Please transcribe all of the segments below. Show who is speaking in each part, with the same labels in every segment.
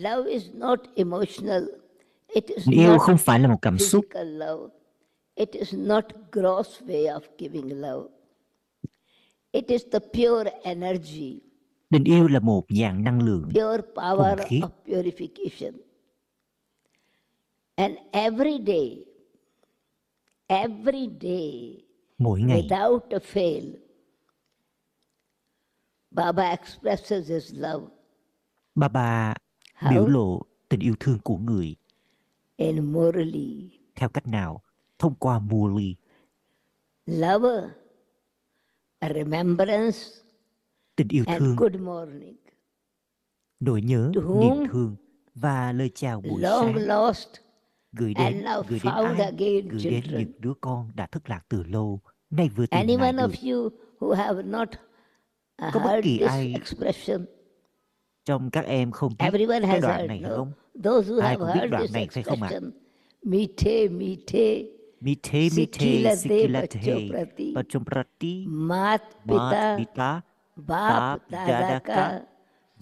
Speaker 1: Love is not emotional. It is
Speaker 2: Tình yêu
Speaker 1: not
Speaker 2: không phải là một cảm xúc,
Speaker 1: physical love. It is not gross way of giving love. It is the pure energy,
Speaker 2: tình yêu là một dạng năng lượng.
Speaker 1: pure power
Speaker 2: Không khí.
Speaker 1: of purification. And every day, every day,
Speaker 2: Mỗi ngày,
Speaker 1: without a fail, Baba expresses his love
Speaker 2: ba ba
Speaker 1: Hảo.
Speaker 2: biểu lộ tình yêu thương của người
Speaker 1: in Murali.
Speaker 2: theo cách nào? Thông qua Murli,
Speaker 1: Love, a remembrance,
Speaker 2: tình yêu thương,
Speaker 1: and good morning.
Speaker 2: nỗi nhớ,
Speaker 1: to whom?
Speaker 2: niềm thương và lời chào buổi
Speaker 1: Long
Speaker 2: sáng
Speaker 1: lost
Speaker 2: gửi
Speaker 1: and
Speaker 2: đến
Speaker 1: now
Speaker 2: gửi đến
Speaker 1: found
Speaker 2: ai?
Speaker 1: again
Speaker 2: Gửi đến
Speaker 1: children.
Speaker 2: những đứa con đã thất lạc từ lâu, nay vừa tìm
Speaker 1: Any
Speaker 2: lại
Speaker 1: one
Speaker 2: được.
Speaker 1: of you who have not uh,
Speaker 2: Có bất
Speaker 1: heard
Speaker 2: kỳ
Speaker 1: this
Speaker 2: ai-
Speaker 1: expression,
Speaker 2: Trong các em không biết
Speaker 1: everyone
Speaker 2: cái
Speaker 1: has
Speaker 2: đoạn
Speaker 1: heard,
Speaker 2: này
Speaker 1: no?
Speaker 2: không?
Speaker 1: Those who
Speaker 2: Ai
Speaker 1: have
Speaker 2: cũng biết
Speaker 1: heard
Speaker 2: đoạn
Speaker 1: this
Speaker 2: này phải không ạ?
Speaker 1: expression, Mite, Mite,
Speaker 2: Mite
Speaker 1: Sikila
Speaker 2: mite
Speaker 1: de
Speaker 2: sikilate
Speaker 1: Bachoprati.
Speaker 2: pachoprati
Speaker 1: Mat Pita,
Speaker 2: mat pita
Speaker 1: Bap
Speaker 2: Bap
Speaker 1: Dada
Speaker 2: Dada
Speaker 1: Ka,
Speaker 2: Ka,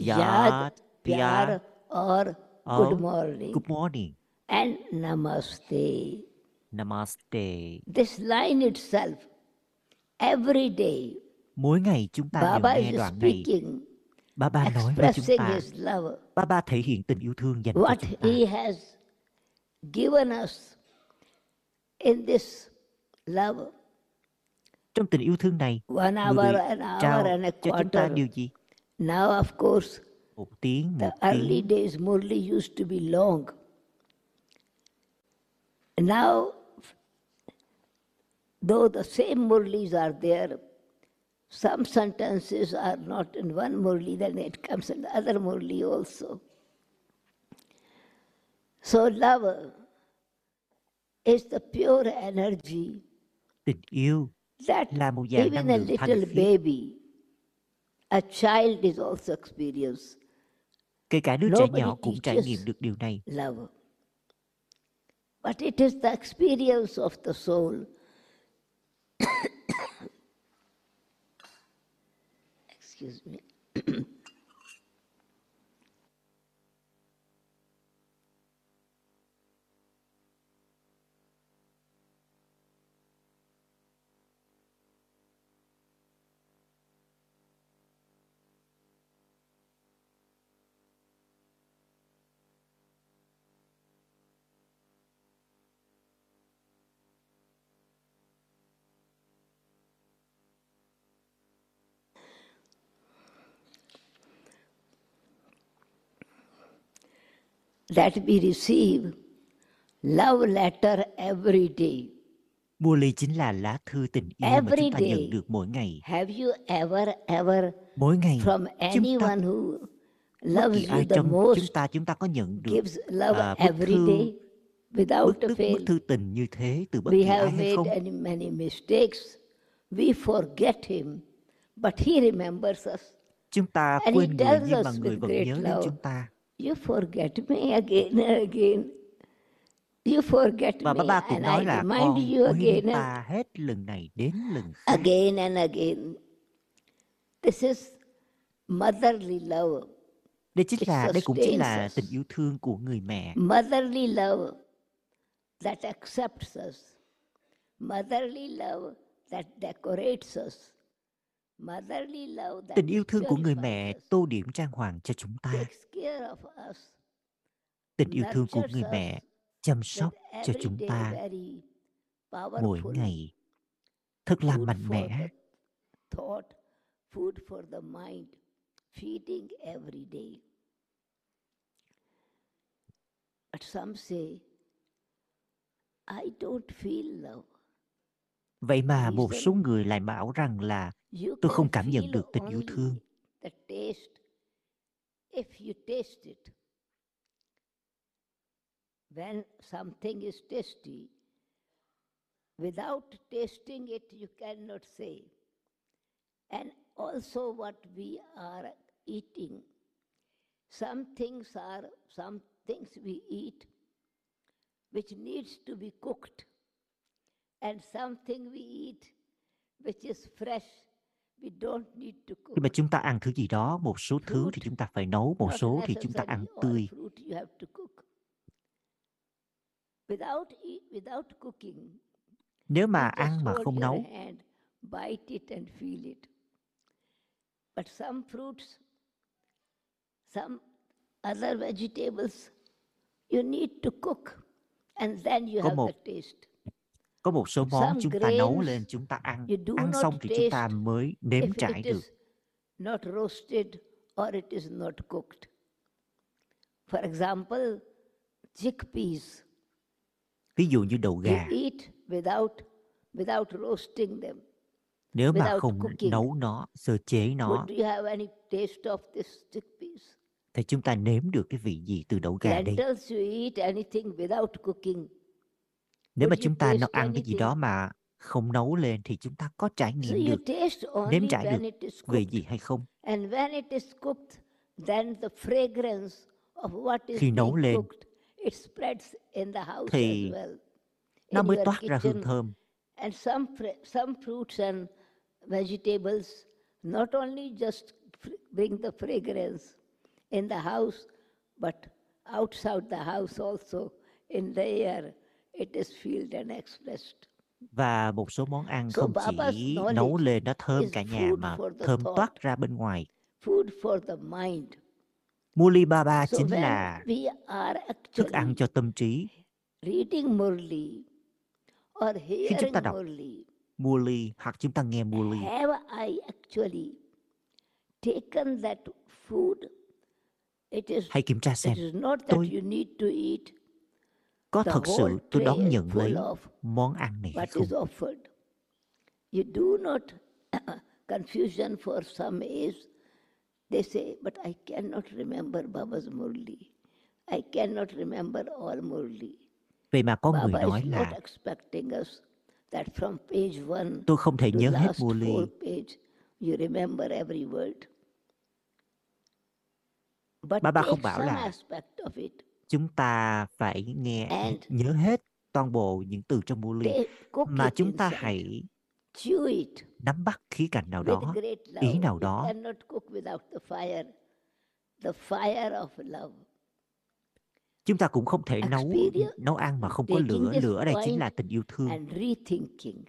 Speaker 1: Yad
Speaker 2: Yad
Speaker 1: Pyar
Speaker 2: Pyar
Speaker 1: or
Speaker 2: Aur
Speaker 1: Good Morning
Speaker 2: Dạ, good morning
Speaker 1: and Namaste.
Speaker 2: namaste.
Speaker 1: This line itself, every day,
Speaker 2: Mỗi ngày chúng ta
Speaker 1: Baba
Speaker 2: đều nghe
Speaker 1: is
Speaker 2: đoạn này.
Speaker 1: speaking,
Speaker 2: Ba ba nói với chúng
Speaker 1: expressing
Speaker 2: ta.
Speaker 1: his love,
Speaker 2: Ba ba thể hiện tình yêu thương dành cho
Speaker 1: what
Speaker 2: chúng ta.
Speaker 1: he has given us in this love.
Speaker 2: Trong tình yêu thương này,
Speaker 1: One hour,
Speaker 2: người
Speaker 1: an hour,
Speaker 2: trao
Speaker 1: and a
Speaker 2: cho chúng ta
Speaker 1: quarter.
Speaker 2: điều gì?
Speaker 1: Now, of course,
Speaker 2: Một tiếng,
Speaker 1: the
Speaker 2: một
Speaker 1: early
Speaker 2: tiếng.
Speaker 1: days Murli used to be long. Now, though the same Murlis are there, some sentences are not in one Murli, then it comes in the other Murli also. So, love is the pure energy
Speaker 2: Tình yêu
Speaker 1: that
Speaker 2: là một dạng
Speaker 1: even
Speaker 2: năng
Speaker 1: a
Speaker 2: lượng thanh
Speaker 1: little
Speaker 2: khiết.
Speaker 1: baby, a child is also experience
Speaker 2: Kể cả đứa trẻ
Speaker 1: Nobody
Speaker 2: nhỏ cũng trải
Speaker 1: teaches.
Speaker 2: nghiệm được điều này.
Speaker 1: love. But it is the experience of the soul. Excuse me. that we receive love letter every day.
Speaker 2: Mua ly chính là lá thư tình yêu mà
Speaker 1: Every
Speaker 2: chúng ta
Speaker 1: day.
Speaker 2: nhận được mỗi ngày.
Speaker 1: Have you ever, ever
Speaker 2: Mỗi ngày,
Speaker 1: from
Speaker 2: chúng ta
Speaker 1: anyone who
Speaker 2: bất
Speaker 1: loves
Speaker 2: kỳ
Speaker 1: you
Speaker 2: ai
Speaker 1: the
Speaker 2: trong chúng
Speaker 1: most
Speaker 2: ta chúng ta có nhận được
Speaker 1: gives love
Speaker 2: à, bức
Speaker 1: every
Speaker 2: thư
Speaker 1: day
Speaker 2: bức
Speaker 1: without a
Speaker 2: đức bức
Speaker 1: fail?
Speaker 2: thư tình như thế từ bất
Speaker 1: We
Speaker 2: kỳ ai
Speaker 1: have
Speaker 2: hay
Speaker 1: made
Speaker 2: không
Speaker 1: any, many mistakes. We forget him, but he remembers us.
Speaker 2: chúng ta
Speaker 1: And he
Speaker 2: quên người
Speaker 1: tells
Speaker 2: nhưng mà
Speaker 1: us
Speaker 2: người
Speaker 1: with
Speaker 2: vẫn
Speaker 1: great
Speaker 2: nhớ đến
Speaker 1: love.
Speaker 2: chúng ta
Speaker 1: You forget me again and again. You forget
Speaker 2: và
Speaker 1: me
Speaker 2: ba ba cũng
Speaker 1: and I
Speaker 2: nói là
Speaker 1: remind
Speaker 2: con
Speaker 1: you again
Speaker 2: quên
Speaker 1: and
Speaker 2: ta hết lần này đến lần khác
Speaker 1: again and again. This is motherly love.
Speaker 2: đây chính
Speaker 1: It
Speaker 2: là đây cũng chính
Speaker 1: sustains
Speaker 2: là
Speaker 1: us.
Speaker 2: tình yêu thương của người mẹ
Speaker 1: Motherly love that accepts us. Motherly love that decorates us. Motherly love that
Speaker 2: tình yêu thương của người
Speaker 1: purifies
Speaker 2: mẹ
Speaker 1: us,
Speaker 2: tô điểm trang hoàng cho chúng ta
Speaker 1: takes care of us,
Speaker 2: tình yêu thương của
Speaker 1: nurtures
Speaker 2: người
Speaker 1: us
Speaker 2: mẹ chăm sóc
Speaker 1: with
Speaker 2: cho
Speaker 1: every
Speaker 2: chúng
Speaker 1: day
Speaker 2: ta
Speaker 1: very
Speaker 2: mỗi
Speaker 1: powerful
Speaker 2: ngày thật là
Speaker 1: food
Speaker 2: mạnh
Speaker 1: for
Speaker 2: mẽ
Speaker 1: the thought, food for the mind, feeding every day. But some say, I don't feel love.
Speaker 2: vậy mà một
Speaker 1: reason.
Speaker 2: số người lại bảo rằng là
Speaker 1: You
Speaker 2: Tôi không
Speaker 1: can
Speaker 2: cảm nhận
Speaker 1: feel
Speaker 2: được tình yêu
Speaker 1: only
Speaker 2: thương.
Speaker 1: The taste, if you taste it. When something is tasty, without tasting it, you cannot say. And also, what we are eating. Some things are, some things we eat which needs to be cooked, and something we eat which is fresh, We don't need to cook.
Speaker 2: khi mà chúng ta ăn thứ gì đó một số thứ thì
Speaker 1: Fruit.
Speaker 2: chúng ta phải nấu một
Speaker 1: Not
Speaker 2: số thì chúng ta
Speaker 1: necessary
Speaker 2: ăn
Speaker 1: all
Speaker 2: tươi
Speaker 1: fruit you have to cook. Without eat, without cooking,
Speaker 2: nếu mà
Speaker 1: You just
Speaker 2: ăn mà
Speaker 1: hold
Speaker 2: không
Speaker 1: your
Speaker 2: nấu
Speaker 1: hand, bite it and feel it. But some fruits, some other vegetables, you need to cook and then you
Speaker 2: Có
Speaker 1: have
Speaker 2: một-
Speaker 1: the taste.
Speaker 2: có một số món
Speaker 1: Some
Speaker 2: chúng ta nấu
Speaker 1: grains
Speaker 2: lên chúng ta ăn
Speaker 1: you do
Speaker 2: ăn
Speaker 1: not
Speaker 2: xong thì chúng ta
Speaker 1: taste
Speaker 2: mới nếm
Speaker 1: If
Speaker 2: trải
Speaker 1: it
Speaker 2: được
Speaker 1: is not roasted or it is not cooked. For example, chickpeas,
Speaker 2: ví dụ như đầu
Speaker 1: you
Speaker 2: gà
Speaker 1: eat without, without roasting them.
Speaker 2: nếu mà
Speaker 1: without
Speaker 2: không
Speaker 1: cooking.
Speaker 2: nấu nó sơ chế
Speaker 1: Would-
Speaker 2: nó
Speaker 1: Do you have any taste of this chickpeas?
Speaker 2: thì chúng ta nếm được cái vị gì từ đậu gà đây
Speaker 1: Lentils you eat anything without cooking.
Speaker 2: nếu mà
Speaker 1: would you
Speaker 2: chúng ta nó
Speaker 1: taste
Speaker 2: ăn cái gì
Speaker 1: anything?
Speaker 2: đó mà không nấu lên thì chúng ta có trải
Speaker 1: So
Speaker 2: nghiệm
Speaker 1: you
Speaker 2: được
Speaker 1: taste only
Speaker 2: trải được
Speaker 1: when it is
Speaker 2: về
Speaker 1: cooked.
Speaker 2: gì hay không
Speaker 1: And when it is cooked, then the fragrance of what is
Speaker 2: Khi nấu
Speaker 1: being
Speaker 2: lên,
Speaker 1: cooked, it spreads in the house
Speaker 2: thì
Speaker 1: as well.
Speaker 2: nó
Speaker 1: in
Speaker 2: mới
Speaker 1: your
Speaker 2: toát ra hương
Speaker 1: kitchen.
Speaker 2: thơm
Speaker 1: And some fr- some fruits and vegetables not only just fr- bring the fragrance in the house, but outside the house also in the air, it is felt and expressed.
Speaker 2: và một số món ăn
Speaker 1: So
Speaker 2: không
Speaker 1: Baba's
Speaker 2: chỉ
Speaker 1: knowledge
Speaker 2: nấu lên nó thơm
Speaker 1: is
Speaker 2: cả nhà
Speaker 1: food
Speaker 2: mà
Speaker 1: for the
Speaker 2: thơm
Speaker 1: thought.
Speaker 2: toát ra bên ngoài
Speaker 1: Food for the mind.
Speaker 2: Muli Baba
Speaker 1: So
Speaker 2: chính
Speaker 1: when
Speaker 2: là
Speaker 1: we are
Speaker 2: thức ăn
Speaker 1: actually
Speaker 2: cho tâm trí
Speaker 1: reading Murli or hearing
Speaker 2: ta đọc
Speaker 1: Murli,
Speaker 2: Muli hoặc chúng ta nghe Muli
Speaker 1: have I actually taken that food? It is
Speaker 2: hãy kiểm tra xem
Speaker 1: It is not that
Speaker 2: tôi-
Speaker 1: you need to eat
Speaker 2: có
Speaker 1: the
Speaker 2: thật sự
Speaker 1: whole
Speaker 2: tôi đón
Speaker 1: tray
Speaker 2: nhận
Speaker 1: full
Speaker 2: lấy
Speaker 1: of
Speaker 2: món ăn này hay
Speaker 1: what
Speaker 2: không
Speaker 1: is offered. You do not confusion for some is they say, but I cannot remember Baba's Murli. I cannot remember all Murli.
Speaker 2: vậy mà có người
Speaker 1: Baba
Speaker 2: nói
Speaker 1: is not
Speaker 2: là
Speaker 1: expecting us that from page one
Speaker 2: tôi không thể
Speaker 1: to
Speaker 2: nhớ hết
Speaker 1: last
Speaker 2: Muli
Speaker 1: full page you remember every word. But
Speaker 2: Baba không
Speaker 1: take
Speaker 2: bảo
Speaker 1: some
Speaker 2: là
Speaker 1: aspect of it.
Speaker 2: chúng ta phải nghe
Speaker 1: And
Speaker 2: nhớ hết toàn bộ những từ trong Muli
Speaker 1: Take, cook
Speaker 2: mà
Speaker 1: it
Speaker 2: chúng ta
Speaker 1: inside.
Speaker 2: hãy
Speaker 1: chew it
Speaker 2: nắm bắt khía cạnh nào
Speaker 1: with
Speaker 2: đó
Speaker 1: great love.
Speaker 2: ý nào
Speaker 1: You
Speaker 2: đó.
Speaker 1: cannot cook without the fire. The fire of love.
Speaker 2: chúng ta cũng không thể nấu
Speaker 1: Experience
Speaker 2: nấu ăn mà không có
Speaker 1: taking
Speaker 2: lửa
Speaker 1: this
Speaker 2: lửa ở đây chính là
Speaker 1: point
Speaker 2: tình yêu thương
Speaker 1: And rethinking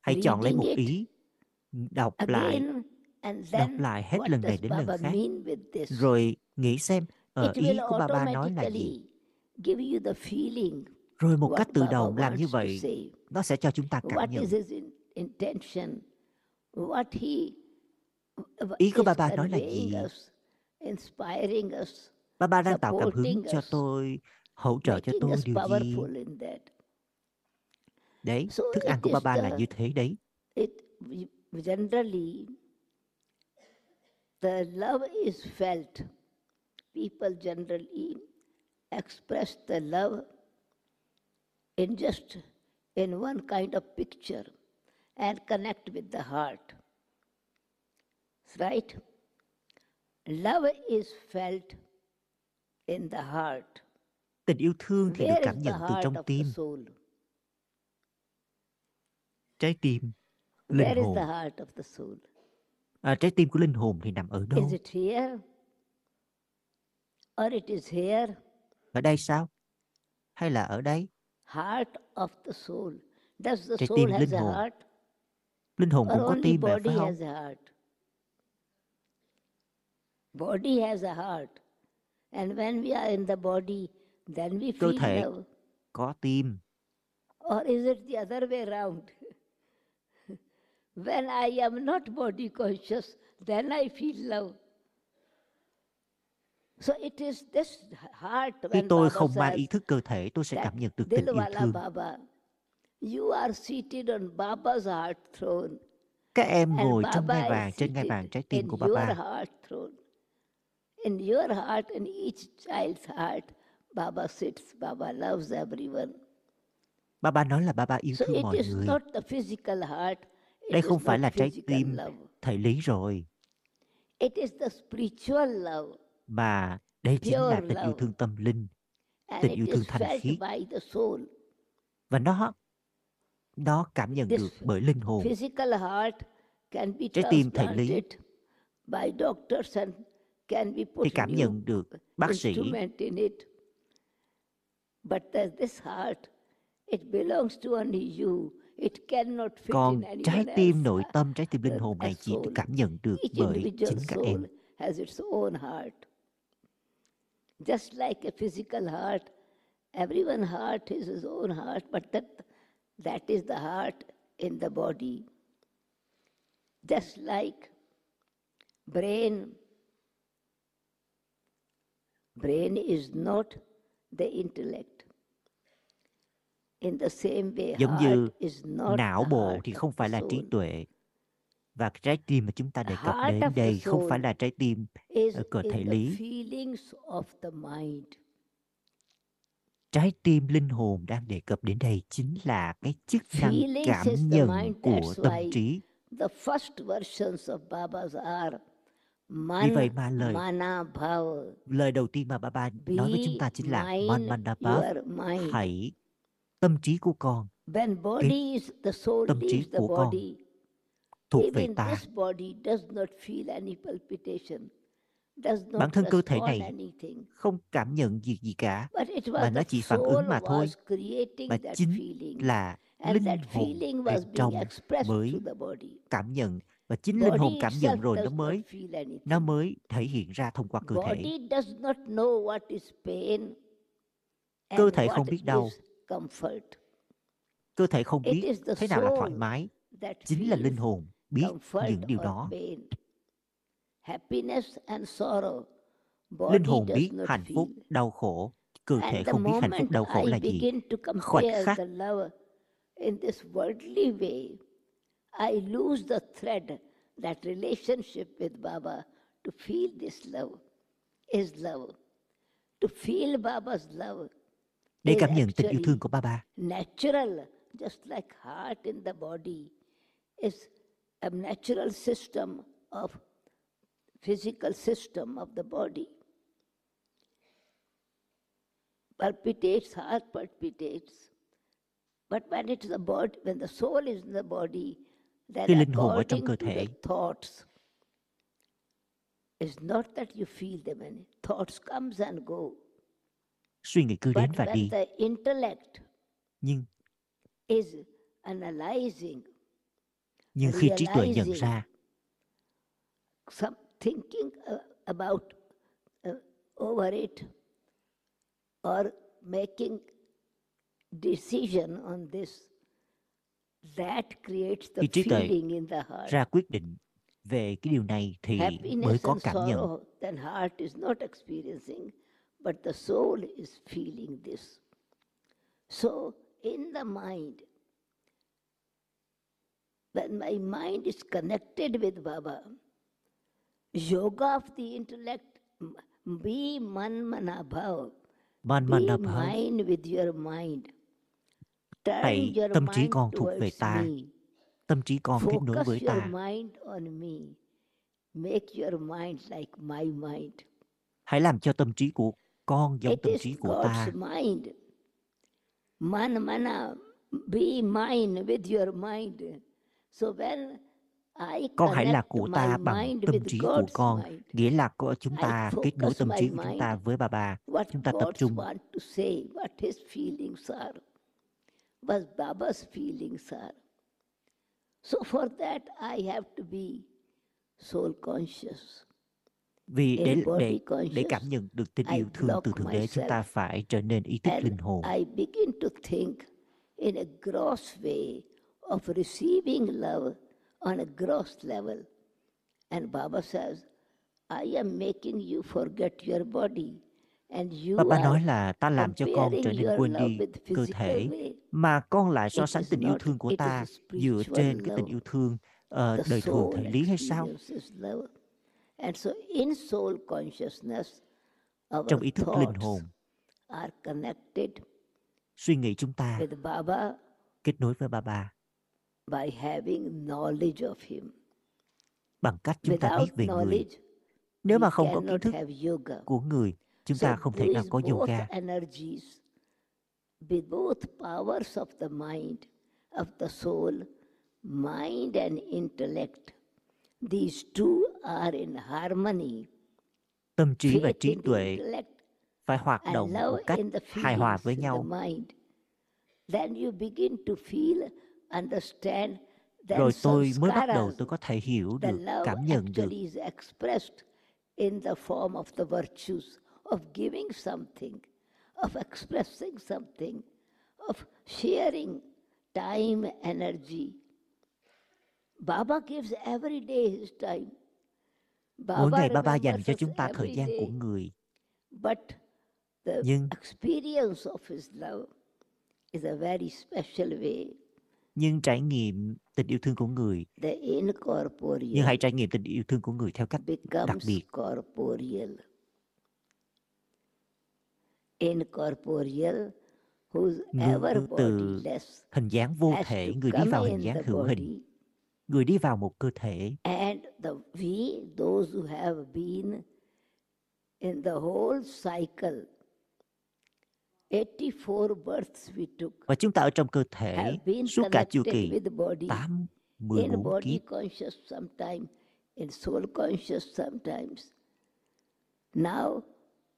Speaker 2: hãy chọn lấy
Speaker 1: reading
Speaker 2: một
Speaker 1: it
Speaker 2: ý đọc lại
Speaker 1: again and
Speaker 2: đọc
Speaker 1: then
Speaker 2: lại hết
Speaker 1: what
Speaker 2: lần này
Speaker 1: does
Speaker 2: đến lần
Speaker 1: Baba
Speaker 2: khác
Speaker 1: mean with this?
Speaker 2: rồi nghĩ xem ở
Speaker 1: it
Speaker 2: ý
Speaker 1: will
Speaker 2: của ba ba nói là gì
Speaker 1: automatically give you the feeling
Speaker 2: rồi một
Speaker 1: what
Speaker 2: cách tự
Speaker 1: Baba
Speaker 2: động làm như
Speaker 1: wants to
Speaker 2: vậy
Speaker 1: say.
Speaker 2: nó sẽ cho chúng ta cảm
Speaker 1: What
Speaker 2: nhận
Speaker 1: is his in- intention? What he w-
Speaker 2: Ý của
Speaker 1: is
Speaker 2: Baba nói là
Speaker 1: conveying
Speaker 2: gì?
Speaker 1: us, inspiring us,
Speaker 2: ba ba đang tạo cảm hứng
Speaker 1: supporting
Speaker 2: cho
Speaker 1: us,
Speaker 2: tôi hỗ trợ cho
Speaker 1: making
Speaker 2: tôi
Speaker 1: us
Speaker 2: điều gì
Speaker 1: powerful in that.
Speaker 2: đấy
Speaker 1: So
Speaker 2: thức
Speaker 1: it
Speaker 2: ăn của ba
Speaker 1: is
Speaker 2: ba là
Speaker 1: the-
Speaker 2: như thế đấy
Speaker 1: It we- generally the love is felt. People generally express the love in just in one kind of picture and connect with the heart. Right? Love is felt in the heart.
Speaker 2: tình yêu thương thì được
Speaker 1: Where
Speaker 2: cảm
Speaker 1: is the
Speaker 2: nhận từ
Speaker 1: heart
Speaker 2: trong
Speaker 1: of the
Speaker 2: tim
Speaker 1: soul?
Speaker 2: trái tim linh
Speaker 1: Where is
Speaker 2: hồn
Speaker 1: the heart of the soul?
Speaker 2: à, trái tim của linh hồn thì nằm ở đâu
Speaker 1: Is it here? Or it is here?
Speaker 2: ở đây sao hay là ở đây
Speaker 1: Heart of the soul. Does the
Speaker 2: Trái
Speaker 1: soul
Speaker 2: tim,
Speaker 1: has
Speaker 2: linh
Speaker 1: a
Speaker 2: hồn.
Speaker 1: heart?
Speaker 2: linh hồn
Speaker 1: Or
Speaker 2: cũng có
Speaker 1: only
Speaker 2: tim mà
Speaker 1: body
Speaker 2: phải không
Speaker 1: has a heart? Body has a heart. And when we are in the body, then we
Speaker 2: Cơ
Speaker 1: feel
Speaker 2: thể.
Speaker 1: love.
Speaker 2: có tim
Speaker 1: Or is it the other way around? when I am not body conscious, then I feel love. So it is this heart
Speaker 2: khi
Speaker 1: when
Speaker 2: tôi
Speaker 1: Baba
Speaker 2: không mang
Speaker 1: says
Speaker 2: ý thức cơ thể tôi sẽ
Speaker 1: that
Speaker 2: cảm nhận được tình yêu
Speaker 1: Dilwala
Speaker 2: thương
Speaker 1: Baba, you are seated on Baba's heart throne.
Speaker 2: các em
Speaker 1: And
Speaker 2: ngồi trong
Speaker 1: Baba
Speaker 2: ngai
Speaker 1: is
Speaker 2: vàng trên ngai
Speaker 1: seated
Speaker 2: vàng trái tim
Speaker 1: in
Speaker 2: của
Speaker 1: Your
Speaker 2: Baba
Speaker 1: heart throne. In your heart, in each child's heart, Baba sits. Baba loves everyone.
Speaker 2: Baba nói là Baba yêu
Speaker 1: So
Speaker 2: thương
Speaker 1: it
Speaker 2: mọi
Speaker 1: is
Speaker 2: người
Speaker 1: not the physical heart. It
Speaker 2: đây
Speaker 1: is
Speaker 2: không phải
Speaker 1: not
Speaker 2: là trái
Speaker 1: physical
Speaker 2: tim
Speaker 1: love.
Speaker 2: thể lý rồi
Speaker 1: It is the spiritual love.
Speaker 2: mà đây chính là
Speaker 1: Pure
Speaker 2: tình yêu
Speaker 1: love.
Speaker 2: thương tâm linh
Speaker 1: And
Speaker 2: Tình
Speaker 1: it
Speaker 2: yêu thương
Speaker 1: is
Speaker 2: thanh
Speaker 1: felt
Speaker 2: khiết.
Speaker 1: by the soul.
Speaker 2: và nó nó cảm nhận
Speaker 1: This
Speaker 2: được bởi linh hồn
Speaker 1: Physical heart can be
Speaker 2: Trái tim thành lý.
Speaker 1: transplanted by doctors and can be put
Speaker 2: khi cảm
Speaker 1: new
Speaker 2: nhận được bác sĩ
Speaker 1: instrument in it. But there's this heart, it belongs to only you. It cannot fit
Speaker 2: còn
Speaker 1: in anyone
Speaker 2: trái tim
Speaker 1: else.
Speaker 2: nội tâm trái tim linh
Speaker 1: Earth
Speaker 2: hồn này
Speaker 1: as
Speaker 2: chỉ
Speaker 1: soul.
Speaker 2: được cảm nhận được
Speaker 1: Each
Speaker 2: bởi
Speaker 1: individual
Speaker 2: chính các
Speaker 1: soul
Speaker 2: em
Speaker 1: has its own heart. Just like a physical heart, everyone heart is his own heart, but that that is the heart in the body. Just like brain, brain is not the intellect. In the same way,
Speaker 2: Giống
Speaker 1: heart
Speaker 2: như
Speaker 1: is not
Speaker 2: não
Speaker 1: the
Speaker 2: bộ
Speaker 1: heart
Speaker 2: thì
Speaker 1: of
Speaker 2: không
Speaker 1: the
Speaker 2: phải là trí
Speaker 1: soul.
Speaker 2: tuệ và cái trái tim mà chúng ta đề cập
Speaker 1: Heart of
Speaker 2: đến
Speaker 1: the
Speaker 2: đây không phải
Speaker 1: soul.
Speaker 2: là trái tim
Speaker 1: is
Speaker 2: ở cõi
Speaker 1: in
Speaker 2: Ờ, thể
Speaker 1: the
Speaker 2: lý.
Speaker 1: feelings of the mind.
Speaker 2: trái tim linh hồn đang đề cập đến đây chính là cái chức năng
Speaker 1: Feelings
Speaker 2: cảm
Speaker 1: is the
Speaker 2: nhận
Speaker 1: mind,
Speaker 2: của
Speaker 1: that's
Speaker 2: tâm
Speaker 1: why
Speaker 2: trí
Speaker 1: The first versions of Baba's are
Speaker 2: vì
Speaker 1: man,
Speaker 2: vậy mà lời
Speaker 1: mana bhava,
Speaker 2: lời đầu tiên mà ba ba nói với chúng
Speaker 1: be
Speaker 2: ta chính là man
Speaker 1: mind,
Speaker 2: mandapa
Speaker 1: your mind.
Speaker 2: hãy tâm trí của con
Speaker 1: When body is, the soul
Speaker 2: tâm trí
Speaker 1: leaves the
Speaker 2: của con
Speaker 1: body.
Speaker 2: thuộc về
Speaker 1: Even
Speaker 2: ta
Speaker 1: this body does not feel any palpitation, does not
Speaker 2: thân cơ thể
Speaker 1: respond
Speaker 2: này
Speaker 1: anything.
Speaker 2: không cảm nhận việc gì cả
Speaker 1: But it
Speaker 2: mà
Speaker 1: was
Speaker 2: nó
Speaker 1: the
Speaker 2: chỉ phản ứng
Speaker 1: soul
Speaker 2: mà thôi.
Speaker 1: was creating
Speaker 2: Và
Speaker 1: that
Speaker 2: chính
Speaker 1: feeling.
Speaker 2: là
Speaker 1: And
Speaker 2: linh
Speaker 1: that
Speaker 2: hồn
Speaker 1: feeling
Speaker 2: bên
Speaker 1: was being
Speaker 2: trong
Speaker 1: expressed
Speaker 2: mới
Speaker 1: through the body.
Speaker 2: cảm nhận và chính linh hồn
Speaker 1: Body
Speaker 2: cảm nhận
Speaker 1: itself
Speaker 2: rồi nó
Speaker 1: does not
Speaker 2: mới
Speaker 1: feel anything.
Speaker 2: nó mới thể hiện ra thông qua cơ thể
Speaker 1: Body does not know what is pain
Speaker 2: Cơ
Speaker 1: and
Speaker 2: thể
Speaker 1: what
Speaker 2: không biết đau.
Speaker 1: is comfort.
Speaker 2: cơ thể không
Speaker 1: It
Speaker 2: biết
Speaker 1: is the
Speaker 2: thế nào là thoải
Speaker 1: soul
Speaker 2: mái
Speaker 1: that
Speaker 2: chính là
Speaker 1: feels
Speaker 2: linh hồn biết
Speaker 1: comfort
Speaker 2: những điều
Speaker 1: or
Speaker 2: đó
Speaker 1: pain. Happiness and sorrow. Body
Speaker 2: linh hồn
Speaker 1: does
Speaker 2: biết
Speaker 1: not
Speaker 2: hạnh phúc
Speaker 1: feel.
Speaker 2: đau khổ cơ thể
Speaker 1: And the
Speaker 2: không biết hạnh phúc
Speaker 1: moment
Speaker 2: đau khổ
Speaker 1: I
Speaker 2: là gì
Speaker 1: begin to
Speaker 2: khoảnh
Speaker 1: compare
Speaker 2: khắc
Speaker 1: the love in this worldly way, I lose the thread, that relationship with Baba. To feel this love is love. To feel Baba's love
Speaker 2: để
Speaker 1: is
Speaker 2: cảm nhận tình yêu thương
Speaker 1: actually
Speaker 2: của ba ba
Speaker 1: natural, just like heart in the body is a natural system of physical system of the body. Palpitates, heart palpitates. But when it's the body, when the soul is in the body, then
Speaker 2: Khi linh hồn ở trong
Speaker 1: according
Speaker 2: cơ
Speaker 1: to the
Speaker 2: thể.
Speaker 1: thoughts, it's not that you feel them any. Thoughts comes and go.
Speaker 2: suy nghĩ cứ đến
Speaker 1: But
Speaker 2: và
Speaker 1: when
Speaker 2: đi
Speaker 1: the intellect
Speaker 2: nhưng
Speaker 1: is analyzing,
Speaker 2: nhưng khi trí tuệ nhận
Speaker 1: realizing
Speaker 2: ra
Speaker 1: some thinking uh, about uh, over it or making decision on this that creates the
Speaker 2: Khi trí tuệ
Speaker 1: feeling in the heart
Speaker 2: ra quyết định về cái điều này thì mới
Speaker 1: happiness
Speaker 2: có
Speaker 1: and
Speaker 2: cảm nhận
Speaker 1: sorrow then heart is not experiencing but the soul is feeling this so in the mind when my mind is connected with baba yoga of the intellect m- be man manabhav
Speaker 2: man
Speaker 1: be
Speaker 2: manapa
Speaker 1: mine with your mind turn
Speaker 2: hãy
Speaker 1: your
Speaker 2: tâm trí
Speaker 1: mind
Speaker 2: con thuộc về
Speaker 1: towards
Speaker 2: ta
Speaker 1: me
Speaker 2: tâm trí con kết nối
Speaker 1: focus
Speaker 2: với
Speaker 1: your
Speaker 2: ta
Speaker 1: mind on me make your mind like my mind
Speaker 2: hãy làm cho tâm trí của con giống
Speaker 1: It
Speaker 2: tâm
Speaker 1: is
Speaker 2: trí của
Speaker 1: God's
Speaker 2: ta
Speaker 1: mind. Man, mana, be mine with your mind. So when I
Speaker 2: con hãy là
Speaker 1: connect
Speaker 2: của
Speaker 1: my
Speaker 2: ta bằng
Speaker 1: mind
Speaker 2: tâm
Speaker 1: with
Speaker 2: trí của
Speaker 1: God's
Speaker 2: con
Speaker 1: mind,
Speaker 2: nghĩa là có chúng
Speaker 1: I
Speaker 2: ta kết nối
Speaker 1: focus
Speaker 2: tâm
Speaker 1: my
Speaker 2: trí của chúng ta
Speaker 1: mind
Speaker 2: với bà bà
Speaker 1: what
Speaker 2: chúng ta tập
Speaker 1: God's
Speaker 2: trung
Speaker 1: want to say, what his feelings are, what Baba's feelings are. So for that, I have to be soul conscious.
Speaker 2: vì
Speaker 1: In
Speaker 2: để
Speaker 1: body
Speaker 2: để để
Speaker 1: conscious,
Speaker 2: cảm nhận được tình
Speaker 1: I
Speaker 2: yêu thương từ
Speaker 1: block
Speaker 2: thượng đế chúng
Speaker 1: myself
Speaker 2: ta phải trở nên ý thức
Speaker 1: And
Speaker 2: linh hồn
Speaker 1: I begin to think in a gross way of receiving love on a gross level. And Baba says, I am making you forget your body. And you
Speaker 2: Bà bà
Speaker 1: are
Speaker 2: nói là ta làm cho con
Speaker 1: comparing
Speaker 2: trở nên
Speaker 1: your
Speaker 2: quên
Speaker 1: love
Speaker 2: đi
Speaker 1: with
Speaker 2: cơ
Speaker 1: physical
Speaker 2: thể
Speaker 1: way.
Speaker 2: mà con lại so
Speaker 1: It
Speaker 2: sánh
Speaker 1: is
Speaker 2: tình yêu
Speaker 1: not,
Speaker 2: thương của
Speaker 1: it is
Speaker 2: ta
Speaker 1: a
Speaker 2: dựa
Speaker 1: spiritual
Speaker 2: trên cái tình
Speaker 1: love.
Speaker 2: yêu thương ờ,
Speaker 1: The
Speaker 2: đời thường
Speaker 1: soul
Speaker 2: thể lý hay sao
Speaker 1: experiences love. And so in soul consciousness, our
Speaker 2: trong ý thức linh
Speaker 1: thoughts
Speaker 2: hồn
Speaker 1: are connected
Speaker 2: suy nghĩ chúng ta
Speaker 1: with Baba
Speaker 2: kết nối với bà bà
Speaker 1: by having knowledge of him.
Speaker 2: bằng cách chúng ta biết
Speaker 1: Without
Speaker 2: về người
Speaker 1: knowledge,
Speaker 2: nếu
Speaker 1: we
Speaker 2: mà không có kiến
Speaker 1: cannot
Speaker 2: thức
Speaker 1: have yoga.
Speaker 2: của người chúng
Speaker 1: So
Speaker 2: ta không thể nào
Speaker 1: with
Speaker 2: có
Speaker 1: both
Speaker 2: yoga
Speaker 1: energies, with both powers of the mind, of the soul, mind and intellect, These two are in harmony.
Speaker 2: tâm trí và
Speaker 1: faith
Speaker 2: trí
Speaker 1: in the
Speaker 2: tuệ
Speaker 1: intellect
Speaker 2: phải hoạt
Speaker 1: and
Speaker 2: động
Speaker 1: love
Speaker 2: một cách
Speaker 1: in the
Speaker 2: hài hòa
Speaker 1: feelings
Speaker 2: với
Speaker 1: in the
Speaker 2: nhau
Speaker 1: mind. Then you begin to feel, understand. Then
Speaker 2: rồi tôi mới bắt đầu
Speaker 1: samskaras,
Speaker 2: tôi có thể hiểu
Speaker 1: the
Speaker 2: được
Speaker 1: love
Speaker 2: cảm nhận được
Speaker 1: actually is expressed in the form of the virtues of giving something, of expressing something, of sharing time, energy. Baba gives every day his time.
Speaker 2: mỗi ngày ba ba dành
Speaker 1: remembers
Speaker 2: cho
Speaker 1: us
Speaker 2: chúng ta thời
Speaker 1: every
Speaker 2: gian của
Speaker 1: day,
Speaker 2: người
Speaker 1: But the
Speaker 2: nhưng
Speaker 1: experience of his love is a very special way,
Speaker 2: nhưng trải nghiệm tình yêu thương của người
Speaker 1: the
Speaker 2: nhưng
Speaker 1: incorporeal.
Speaker 2: hãy trải nghiệm tình yêu thương của người theo cách
Speaker 1: becomes
Speaker 2: biệt.
Speaker 1: corporeal. Incorporeal, whose
Speaker 2: Ngôn
Speaker 1: ever
Speaker 2: ngữ từ
Speaker 1: bodiless
Speaker 2: hình dáng vô
Speaker 1: has
Speaker 2: thể
Speaker 1: to
Speaker 2: người đi
Speaker 1: come
Speaker 2: vào hình
Speaker 1: in
Speaker 2: dáng
Speaker 1: the
Speaker 2: hữu hình
Speaker 1: body,
Speaker 2: người đi vào một cơ thể
Speaker 1: and the we, those who have been in the whole cycle, 84 births we took,
Speaker 2: và chúng ta ở trong cơ thể
Speaker 1: have been
Speaker 2: suốt cả chu
Speaker 1: connected
Speaker 2: kỳ
Speaker 1: with body,
Speaker 2: tám
Speaker 1: in
Speaker 2: 14
Speaker 1: body
Speaker 2: kiếp
Speaker 1: conscious sometimes, in soul conscious sometimes. Now,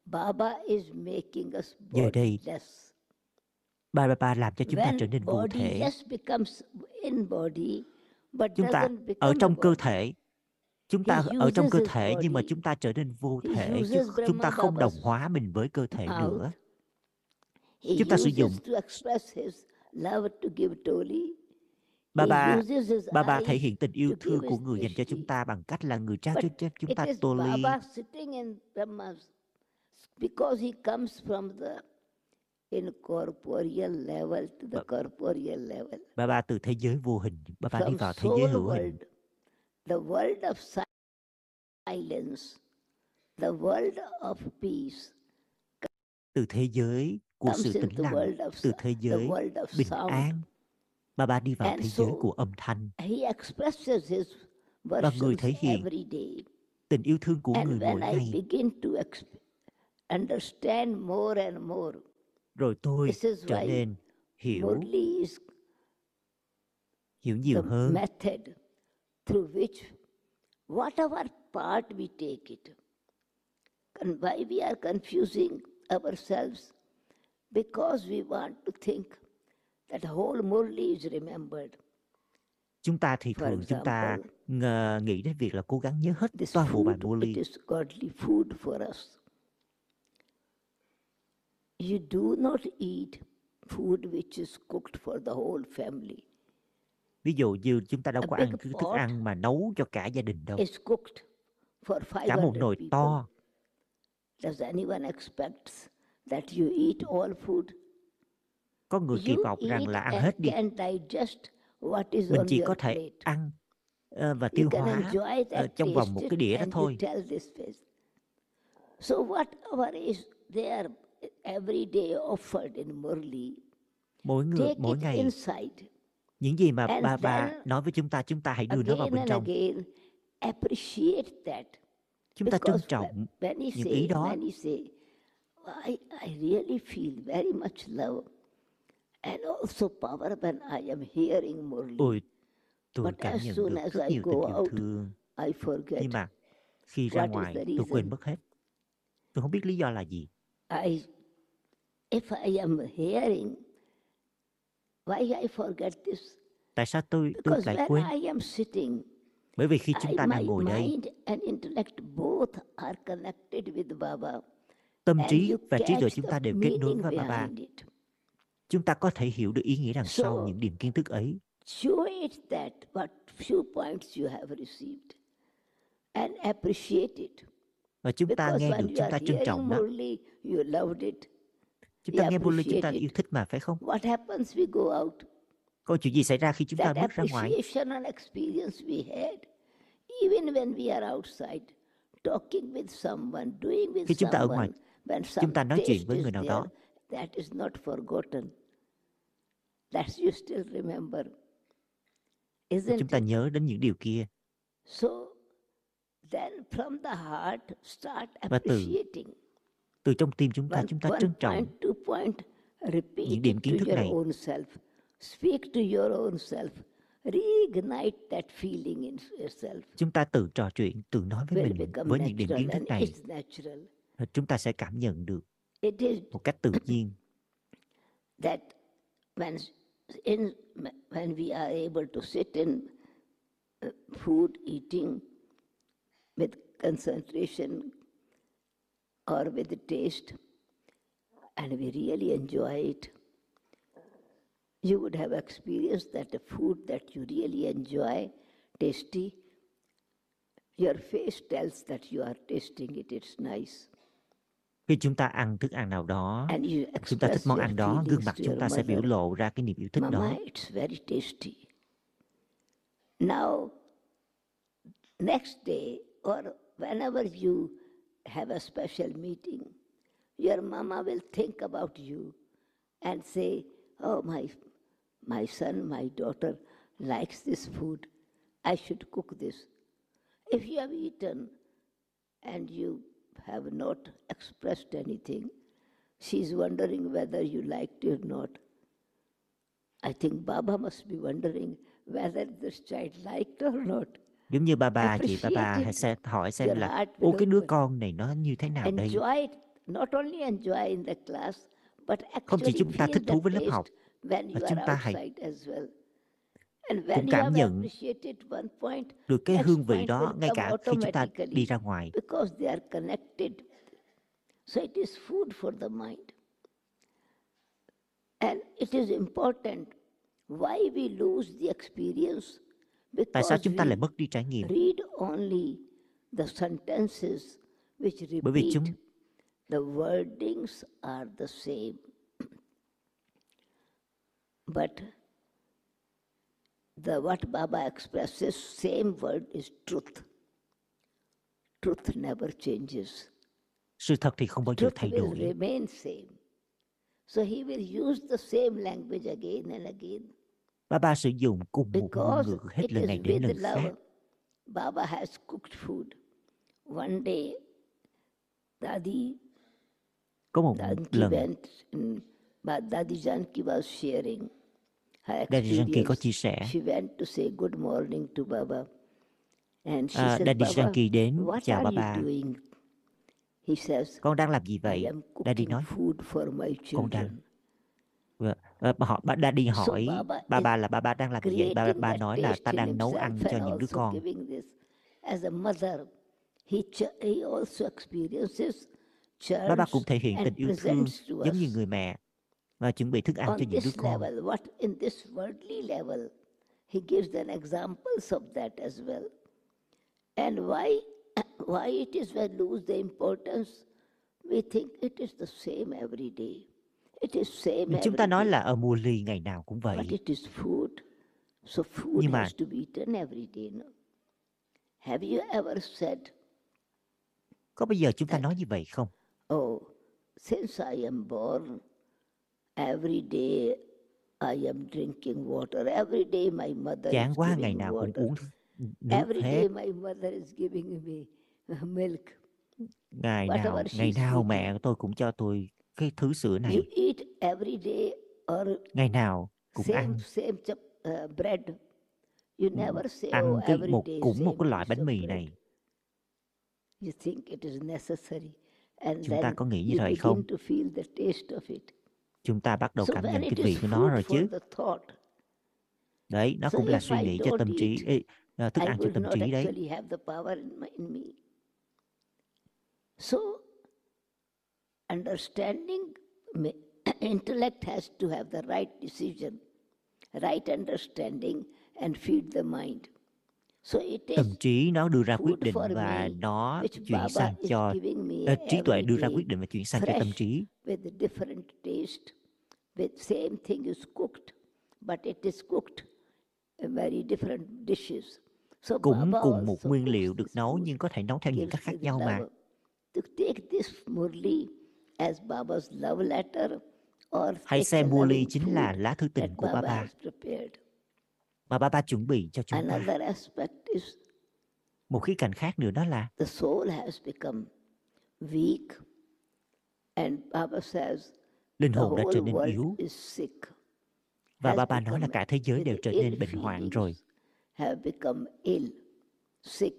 Speaker 1: Baba is making us
Speaker 2: Giờ đây,
Speaker 1: bodiless.
Speaker 2: ba ba ba làm cho chúng ta trở
Speaker 1: When
Speaker 2: nên vô thể
Speaker 1: bodiless becomes in body, but
Speaker 2: chúng ta
Speaker 1: doesn't become
Speaker 2: ở
Speaker 1: a
Speaker 2: trong cơ
Speaker 1: body.
Speaker 2: thể chúng
Speaker 1: He
Speaker 2: ta ở trong
Speaker 1: uses
Speaker 2: cơ
Speaker 1: his
Speaker 2: thể nhưng mà
Speaker 1: body.
Speaker 2: chúng ta trở nên vô
Speaker 1: He
Speaker 2: thể chứ
Speaker 1: uses
Speaker 2: kh- chúng ta
Speaker 1: Brahma
Speaker 2: không đồng
Speaker 1: Baba's
Speaker 2: hóa mình với cơ thể
Speaker 1: mouth.
Speaker 2: nữa
Speaker 1: He
Speaker 2: Chúng ta sử dụng-
Speaker 1: uses to express his love to give toli.
Speaker 2: ba
Speaker 1: He
Speaker 2: ba
Speaker 1: uses his
Speaker 2: ba ba thể
Speaker 1: eyes
Speaker 2: hiện tình yêu
Speaker 1: to
Speaker 2: thương
Speaker 1: give
Speaker 2: của
Speaker 1: his
Speaker 2: người dành cho chúng
Speaker 1: drishti.
Speaker 2: ta bằng cách là người trao
Speaker 1: But
Speaker 2: cho cho chúng
Speaker 1: It
Speaker 2: ta
Speaker 1: is
Speaker 2: tô ly
Speaker 1: Baba sitting in Brahma's because he comes from the incorporeal level to the corporeal level,
Speaker 2: ba ba từ thế giới vô hình ba ba đi
Speaker 1: from
Speaker 2: vào thế giới
Speaker 1: soul
Speaker 2: hữu hình
Speaker 1: world, the world of si- silence, the world of peace,
Speaker 2: từ thế giới của
Speaker 1: comes
Speaker 2: sự tĩnh
Speaker 1: into
Speaker 2: lặng
Speaker 1: world of
Speaker 2: từ
Speaker 1: sou-
Speaker 2: thế
Speaker 1: the
Speaker 2: giới
Speaker 1: world of
Speaker 2: bình
Speaker 1: sound.
Speaker 2: an ba ba đi vào
Speaker 1: And
Speaker 2: thế giới
Speaker 1: so-
Speaker 2: của âm thanh
Speaker 1: He expresses his
Speaker 2: người
Speaker 1: versions
Speaker 2: thể hiện
Speaker 1: every day.
Speaker 2: tình yêu thương của người
Speaker 1: And when
Speaker 2: mỗi
Speaker 1: I
Speaker 2: ngày
Speaker 1: begin to exp- understand more and more,
Speaker 2: rồi tôi
Speaker 1: this is
Speaker 2: trở
Speaker 1: why
Speaker 2: nên hiểu
Speaker 1: Murli is
Speaker 2: hiểu nhiều
Speaker 1: the
Speaker 2: hơn
Speaker 1: method through which whatever part we take it and why we are confusing ourselves because we want to think that whole murli is remembered
Speaker 2: chúng ta thì
Speaker 1: for
Speaker 2: thường chúng ta
Speaker 1: example
Speaker 2: ngờ- nghĩ đến việc là cố gắng nhớ hết
Speaker 1: this
Speaker 2: toàn bộ bài
Speaker 1: food
Speaker 2: mô
Speaker 1: it
Speaker 2: ly
Speaker 1: is godly food for us you do not eat food which is cooked for the whole family
Speaker 2: ví dụ như chúng ta đâu
Speaker 1: a
Speaker 2: có
Speaker 1: big
Speaker 2: ăn cái thức
Speaker 1: pot
Speaker 2: ăn mà nấu cho cả gia đình đâu
Speaker 1: is cooked for
Speaker 2: cả một
Speaker 1: 500
Speaker 2: nồi
Speaker 1: people
Speaker 2: to
Speaker 1: does anyone expects that you eat all food
Speaker 2: có người kỳ
Speaker 1: You
Speaker 2: vọng rằng
Speaker 1: eat
Speaker 2: là ăn
Speaker 1: and
Speaker 2: hết đi
Speaker 1: can digest what is
Speaker 2: mình
Speaker 1: on
Speaker 2: chỉ
Speaker 1: your
Speaker 2: có thể
Speaker 1: plate.
Speaker 2: ăn ờ, và
Speaker 1: You
Speaker 2: tiêu
Speaker 1: can
Speaker 2: hóa
Speaker 1: enjoy
Speaker 2: ờ,
Speaker 1: that,
Speaker 2: trong vòng
Speaker 1: taste
Speaker 2: một
Speaker 1: it,
Speaker 2: cái đĩa đó
Speaker 1: and you
Speaker 2: thôi
Speaker 1: tell this face. So whatever is there every day offered in Murli,
Speaker 2: mỗi người
Speaker 1: take
Speaker 2: mỗi
Speaker 1: it
Speaker 2: ngày
Speaker 1: inside
Speaker 2: những gì mà
Speaker 1: and
Speaker 2: ba ba
Speaker 1: then
Speaker 2: nói với chúng ta chúng ta hãy đưa nó vào
Speaker 1: again
Speaker 2: bên
Speaker 1: and
Speaker 2: trong
Speaker 1: again appreciate that.
Speaker 2: chúng ta trân
Speaker 1: Because wh-
Speaker 2: trọng
Speaker 1: many
Speaker 2: những ý
Speaker 1: say,
Speaker 2: đó
Speaker 1: many say, I, I really feel very much love and also power when I am hearing Murli.
Speaker 2: ôi tôi
Speaker 1: But
Speaker 2: cảm
Speaker 1: as
Speaker 2: nhận
Speaker 1: soon
Speaker 2: được
Speaker 1: as
Speaker 2: rất
Speaker 1: I
Speaker 2: nhiều tình
Speaker 1: go
Speaker 2: yêu
Speaker 1: out,
Speaker 2: thương
Speaker 1: I
Speaker 2: nhưng
Speaker 1: forget.
Speaker 2: mà khi ra
Speaker 1: What is
Speaker 2: ngoài
Speaker 1: the
Speaker 2: tôi quên
Speaker 1: reason?
Speaker 2: mất hết tôi không biết lý do là gì
Speaker 1: I, if I am hearing, why I forget this?
Speaker 2: tại sao tôi tôi
Speaker 1: Because
Speaker 2: lại
Speaker 1: when
Speaker 2: quên
Speaker 1: I am sitting,
Speaker 2: bởi vì khi chúng
Speaker 1: I,
Speaker 2: ta đang
Speaker 1: my
Speaker 2: ngồi đây
Speaker 1: mind and intellect both are connected with Baba,
Speaker 2: tâm
Speaker 1: and
Speaker 2: trí
Speaker 1: you
Speaker 2: và trí tuệ
Speaker 1: catch
Speaker 2: chúng
Speaker 1: the
Speaker 2: ta đều kết nối
Speaker 1: meaning
Speaker 2: với ba ba
Speaker 1: behind it.
Speaker 2: chúng ta có thể hiểu được ý nghĩa đằng sau
Speaker 1: So
Speaker 2: những điểm kiến thức ấy
Speaker 1: show it that what few points you have received, and appreciate it.
Speaker 2: và chúng ta
Speaker 1: Because
Speaker 2: nghe
Speaker 1: when
Speaker 2: được
Speaker 1: you
Speaker 2: chúng
Speaker 1: are
Speaker 2: ta trân
Speaker 1: hearing
Speaker 2: trọng đó
Speaker 1: Murli, you loved it,
Speaker 2: chúng
Speaker 1: you
Speaker 2: ta nghe Bully chúng ta
Speaker 1: appreciate
Speaker 2: yêu
Speaker 1: it.
Speaker 2: thích mà phải không
Speaker 1: What happens? We go out.
Speaker 2: câu chuyện gì xảy ra khi chúng ta
Speaker 1: that
Speaker 2: bước ra ngoài
Speaker 1: appreciation and experience we had, even when we are outside, talking with someone, doing with
Speaker 2: khi chúng ta ở ngoài
Speaker 1: someone, when
Speaker 2: chúng
Speaker 1: some
Speaker 2: ta nói chuyện
Speaker 1: taste
Speaker 2: với
Speaker 1: is
Speaker 2: người nào
Speaker 1: there,
Speaker 2: đó
Speaker 1: that is not forgotten. That you still remember,
Speaker 2: và chúng
Speaker 1: isn't
Speaker 2: ta
Speaker 1: it?
Speaker 2: nhớ đến những điều kia
Speaker 1: So then from the heart, start
Speaker 2: và từ
Speaker 1: appreciating.
Speaker 2: từ trong tim chúng ta
Speaker 1: One,
Speaker 2: chúng ta
Speaker 1: one
Speaker 2: trân
Speaker 1: point,
Speaker 2: trọng
Speaker 1: two point,
Speaker 2: những
Speaker 1: repeat
Speaker 2: điểm
Speaker 1: it
Speaker 2: kiến
Speaker 1: to
Speaker 2: thức
Speaker 1: your
Speaker 2: này
Speaker 1: own self. Speak to your own self reignite that feeling in yourself.
Speaker 2: chúng ta tự trò chuyện tự nói với
Speaker 1: Will
Speaker 2: mình
Speaker 1: become
Speaker 2: với những điểm
Speaker 1: natural
Speaker 2: kiến thức
Speaker 1: and
Speaker 2: này Ờ,
Speaker 1: it's natural.
Speaker 2: chúng ta sẽ cảm nhận được
Speaker 1: It is
Speaker 2: một cách tự nhiên
Speaker 1: that when s- in when we are able to sit in uh, food eating with concentration or with taste and we really enjoy it you would have experienced that the food that you really enjoy tasty your face tells that you are tasting it it's nice
Speaker 2: khi chúng ta ăn thức ăn nào đó
Speaker 1: and you
Speaker 2: chúng ta thích
Speaker 1: express
Speaker 2: món
Speaker 1: your
Speaker 2: ăn đó gương
Speaker 1: feelings
Speaker 2: mặt
Speaker 1: to
Speaker 2: chúng
Speaker 1: your
Speaker 2: ta sẽ biểu
Speaker 1: mother.
Speaker 2: lộ ra cái niềm yêu thích
Speaker 1: Mama,
Speaker 2: đó
Speaker 1: it's very tasty. Now, next day or whenever you have a special meeting, your mama will think about you and say, "Oh, my, my son, my daughter likes this food. I should cook this." If you have eaten and you have not expressed anything, she's wondering whether you liked it or not. I think Baba must be wondering whether this child liked or not.
Speaker 2: giống như ba bà chị ba bà
Speaker 1: Appreciate
Speaker 2: hay
Speaker 1: it.
Speaker 2: sẽ hỏi xem
Speaker 1: Your
Speaker 2: là
Speaker 1: heart
Speaker 2: ô
Speaker 1: will
Speaker 2: cái đứa
Speaker 1: open.
Speaker 2: con này nó như thế nào đây
Speaker 1: Enjoy it, not only enjoy in the class, but
Speaker 2: Không chỉ
Speaker 1: actually
Speaker 2: chúng ta
Speaker 1: feel
Speaker 2: thích
Speaker 1: the
Speaker 2: thú với lớp học,
Speaker 1: taste when
Speaker 2: mà
Speaker 1: you
Speaker 2: chúng
Speaker 1: are
Speaker 2: ta hãy
Speaker 1: outside as well. And when you
Speaker 2: cảm
Speaker 1: have
Speaker 2: nhận
Speaker 1: appreciated one point,
Speaker 2: được cái
Speaker 1: next
Speaker 2: hương vị
Speaker 1: point
Speaker 2: đó
Speaker 1: will
Speaker 2: ngay
Speaker 1: come
Speaker 2: cả khi chúng ta
Speaker 1: automatically
Speaker 2: đi ra ngoài
Speaker 1: because they are connected. So it is food for the mind. And it is important why we lose the experience
Speaker 2: tại sao
Speaker 1: because
Speaker 2: chúng ta lại
Speaker 1: we
Speaker 2: mất đi trải nghiệm
Speaker 1: read only the sentences which
Speaker 2: bởi vì chúng
Speaker 1: repeat the wordings are the same but the what baba expresses same word is truth truth never changes
Speaker 2: sự thật thì không bao giờ
Speaker 1: truth
Speaker 2: thay
Speaker 1: will
Speaker 2: đổi
Speaker 1: remain same so he will use the same language again and again
Speaker 2: ba ba sử dụng cùng một ngôn
Speaker 1: because
Speaker 2: ngữ hết
Speaker 1: it
Speaker 2: lần
Speaker 1: is
Speaker 2: này đến lần
Speaker 1: with
Speaker 2: khác
Speaker 1: love. Baba has cooked food. One day, Dadi,
Speaker 2: có một
Speaker 1: Danki
Speaker 2: lần
Speaker 1: went, and but Dadi Janki was sharing her
Speaker 2: Daddy Yankee có
Speaker 1: experience.
Speaker 2: chia sẻ
Speaker 1: She went to say good morning to Baba. And she
Speaker 2: à,
Speaker 1: said,
Speaker 2: Daddy
Speaker 1: Baba,
Speaker 2: Yankee đến
Speaker 1: what
Speaker 2: chào
Speaker 1: are
Speaker 2: ba
Speaker 1: you
Speaker 2: ba
Speaker 1: doing? He says,
Speaker 2: con đang làm gì
Speaker 1: I
Speaker 2: vậy
Speaker 1: am
Speaker 2: Daddy
Speaker 1: cooking
Speaker 2: nói
Speaker 1: food for my
Speaker 2: con đang
Speaker 1: children.
Speaker 2: Vâng, ờ, bà họ bà Daddy
Speaker 1: So
Speaker 2: hỏi
Speaker 1: Baba
Speaker 2: ba
Speaker 1: is
Speaker 2: ba là ba ba đang làm gì À, vậy? Ba
Speaker 1: creating
Speaker 2: ba
Speaker 1: that
Speaker 2: nói là
Speaker 1: taste
Speaker 2: ta
Speaker 1: in
Speaker 2: đang nấu
Speaker 1: himself
Speaker 2: ăn cho
Speaker 1: and
Speaker 2: những đứa
Speaker 1: also
Speaker 2: con.
Speaker 1: giving this as a mother. He, ch- he also experiences,
Speaker 2: Ba ba cũng
Speaker 1: churns,
Speaker 2: thể hiện
Speaker 1: and
Speaker 2: tình yêu thương
Speaker 1: presents to
Speaker 2: giống như
Speaker 1: us
Speaker 2: người mẹ và chuẩn bị thức ăn cho
Speaker 1: on
Speaker 2: những đứa
Speaker 1: this
Speaker 2: con.
Speaker 1: level, what in this worldly level. He gives them examples of that as well. And why, why it is we lose the importance? We think it is the same every day. It is same
Speaker 2: Chúng
Speaker 1: every
Speaker 2: ta nói
Speaker 1: day.
Speaker 2: là ở mùa lì ngày nào cũng
Speaker 1: But
Speaker 2: vậy,
Speaker 1: it is food. So food
Speaker 2: nhưng mà
Speaker 1: has to be eaten every day. No? Have you ever said,
Speaker 2: có bây giờ chúng ta
Speaker 1: that
Speaker 2: nói như vậy không?
Speaker 1: Oh, since I am born, every day I am drinking water. Every day my mother
Speaker 2: Chán
Speaker 1: is
Speaker 2: quá ngày
Speaker 1: giving me
Speaker 2: nào cũng
Speaker 1: water.
Speaker 2: uống nước
Speaker 1: Every
Speaker 2: hết,
Speaker 1: day my mother is giving me uh, milk.
Speaker 2: ngày
Speaker 1: Whatever
Speaker 2: nào ngày
Speaker 1: she's
Speaker 2: nào
Speaker 1: feeding.
Speaker 2: mẹ tôi cũng cho tôi cái thứ sữa
Speaker 1: You
Speaker 2: này,
Speaker 1: eat every day or
Speaker 2: ngày nào cũng
Speaker 1: same
Speaker 2: ăn Ừ.
Speaker 1: same chap, uh, bread. You never say, oh,
Speaker 2: ăn cái
Speaker 1: every
Speaker 2: một
Speaker 1: day
Speaker 2: cũng một
Speaker 1: same
Speaker 2: cái loại
Speaker 1: piece
Speaker 2: bánh
Speaker 1: of
Speaker 2: mì
Speaker 1: bread.
Speaker 2: này.
Speaker 1: You think it is necessary. And
Speaker 2: Chúng ta
Speaker 1: then
Speaker 2: có nghĩ như
Speaker 1: you
Speaker 2: vậy không?
Speaker 1: begin to feel the taste of it.
Speaker 2: Chúng ta bắt đầu
Speaker 1: So
Speaker 2: cảm
Speaker 1: when
Speaker 2: nhận cái
Speaker 1: it is
Speaker 2: vị của nó
Speaker 1: food
Speaker 2: rồi
Speaker 1: for
Speaker 2: chứ.
Speaker 1: the thought,
Speaker 2: Đấy, nó
Speaker 1: so
Speaker 2: cũng là
Speaker 1: if
Speaker 2: suy
Speaker 1: I
Speaker 2: nghĩ cho
Speaker 1: don't
Speaker 2: tâm
Speaker 1: eat,
Speaker 2: trí, ê, à, thức
Speaker 1: I
Speaker 2: ăn cho
Speaker 1: will
Speaker 2: tâm
Speaker 1: not
Speaker 2: trí đấy.
Speaker 1: actually have the power in, my, in me. So understanding, ma- intellect has to have the right decision, right understanding, and feed the mind. So it
Speaker 2: Tâm
Speaker 1: is
Speaker 2: trí nó đưa ra quyết
Speaker 1: food
Speaker 2: định
Speaker 1: for
Speaker 2: và
Speaker 1: me,
Speaker 2: nó
Speaker 1: which
Speaker 2: chuyển
Speaker 1: Baba
Speaker 2: sang
Speaker 1: is
Speaker 2: cho
Speaker 1: giving me
Speaker 2: ờ, trí tuệ
Speaker 1: every
Speaker 2: đưa ra
Speaker 1: day,
Speaker 2: quyết định và chuyển sang cho tâm
Speaker 1: fresh,
Speaker 2: trí.
Speaker 1: with a different taste. The same thing is cooked, but it is cooked in very different dishes. So
Speaker 2: Cũng
Speaker 1: Baba
Speaker 2: cùng một
Speaker 1: also
Speaker 2: nguyên
Speaker 1: cooks
Speaker 2: liệu được
Speaker 1: this
Speaker 2: nấu
Speaker 1: food
Speaker 2: nhưng có thể nấu theo những
Speaker 1: gives
Speaker 2: cách khác
Speaker 1: with
Speaker 2: nhau mà.
Speaker 1: love. To take this Murli as Baba's love letter or take
Speaker 2: Hãy
Speaker 1: the
Speaker 2: xem Muli
Speaker 1: loving
Speaker 2: chính là
Speaker 1: food
Speaker 2: lá thư
Speaker 1: that
Speaker 2: tình của ba
Speaker 1: Baba
Speaker 2: ba
Speaker 1: has prepared.
Speaker 2: mà ba ba chuẩn bị cho chúng ta.
Speaker 1: Another aspect is
Speaker 2: Một khía cạnh khác nữa đó là
Speaker 1: the soul has become weak, and Baba says
Speaker 2: linh
Speaker 1: the
Speaker 2: hồn đã
Speaker 1: whole
Speaker 2: trở nên
Speaker 1: world
Speaker 2: yếu,
Speaker 1: is sick.
Speaker 2: Và
Speaker 1: has
Speaker 2: bà bà nói là
Speaker 1: become
Speaker 2: cả thế giới
Speaker 1: with
Speaker 2: đều
Speaker 1: the
Speaker 2: trở
Speaker 1: ill
Speaker 2: nên bệnh hoạn rồi.
Speaker 1: feelings Have become ill, sick.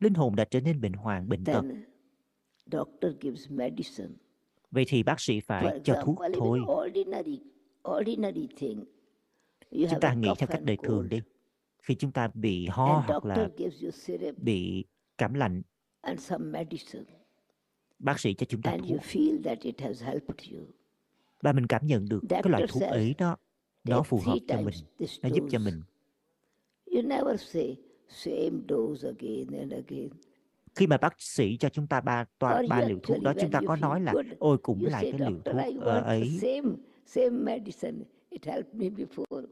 Speaker 2: Linh hồn đã trở nên bệnh hoạn, bệnh tật.
Speaker 1: Then doctor gives medicine.
Speaker 2: Vậy thì bác sĩ
Speaker 1: For
Speaker 2: phải cho thuốc
Speaker 1: example, even
Speaker 2: thôi.
Speaker 1: ordinary, ordinary thing. You
Speaker 2: Chúng
Speaker 1: have
Speaker 2: ta
Speaker 1: a
Speaker 2: nghĩ
Speaker 1: cough
Speaker 2: theo cách
Speaker 1: and
Speaker 2: đời thường
Speaker 1: cold,
Speaker 2: đi. Khi chúng ta bị ho
Speaker 1: And
Speaker 2: hoặc là
Speaker 1: doctor gives you syrup
Speaker 2: bị cảm lạnh,
Speaker 1: and some medicine,
Speaker 2: bác sĩ cho chúng ta
Speaker 1: and you
Speaker 2: thuốc.
Speaker 1: feel that it has helped you.
Speaker 2: Và mình cảm nhận được cái loại
Speaker 1: Doctor
Speaker 2: thuốc
Speaker 1: says,
Speaker 2: ấy đó, nó
Speaker 1: Take
Speaker 2: phù hợp
Speaker 1: three
Speaker 2: cho
Speaker 1: times
Speaker 2: mình,
Speaker 1: this
Speaker 2: nó giúp cho
Speaker 1: dose.
Speaker 2: mình.
Speaker 1: You never say same dose again and again.
Speaker 2: Khi mà bác sĩ cho chúng ta ba toa,
Speaker 1: Or
Speaker 2: ba
Speaker 1: you
Speaker 2: liều thuốc
Speaker 1: actually,
Speaker 2: đó,
Speaker 1: when
Speaker 2: chúng ta
Speaker 1: you
Speaker 2: có
Speaker 1: feel
Speaker 2: nói là
Speaker 1: good,
Speaker 2: ôi cũng
Speaker 1: You
Speaker 2: là
Speaker 1: say,
Speaker 2: cái liều
Speaker 1: Doctor,
Speaker 2: thuốc
Speaker 1: I
Speaker 2: ờ,
Speaker 1: want the
Speaker 2: ấy
Speaker 1: same, same medicine. It helped me before.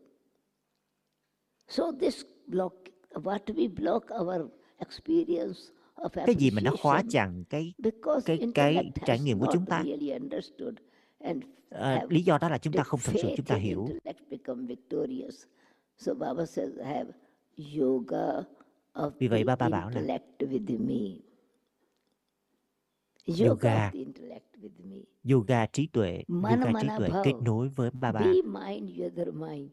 Speaker 1: So this block, what we block our experience of
Speaker 2: cái gì mà nó khóa
Speaker 1: appreciation,
Speaker 2: chặn cái
Speaker 1: because
Speaker 2: cái- cái
Speaker 1: intellect
Speaker 2: trải
Speaker 1: has
Speaker 2: nghiệm của chúng
Speaker 1: not
Speaker 2: ta.
Speaker 1: really understood and
Speaker 2: ờ,
Speaker 1: have
Speaker 2: lý do đó là chúng ta
Speaker 1: did
Speaker 2: không thật sự chúng
Speaker 1: faith
Speaker 2: ta
Speaker 1: in
Speaker 2: hiểu
Speaker 1: intellect become victorious. So Baba says, I have yoga of
Speaker 2: Vì vậy
Speaker 1: the
Speaker 2: Baba bảo là
Speaker 1: intellect with me. Yoga
Speaker 2: Yoga.
Speaker 1: of the intellect with me.
Speaker 2: yoga trí tuệ,
Speaker 1: Mana
Speaker 2: yoga trí
Speaker 1: mana
Speaker 2: tuệ
Speaker 1: bhav.
Speaker 2: kết nối với ba ba.
Speaker 1: Be mind, your other mind.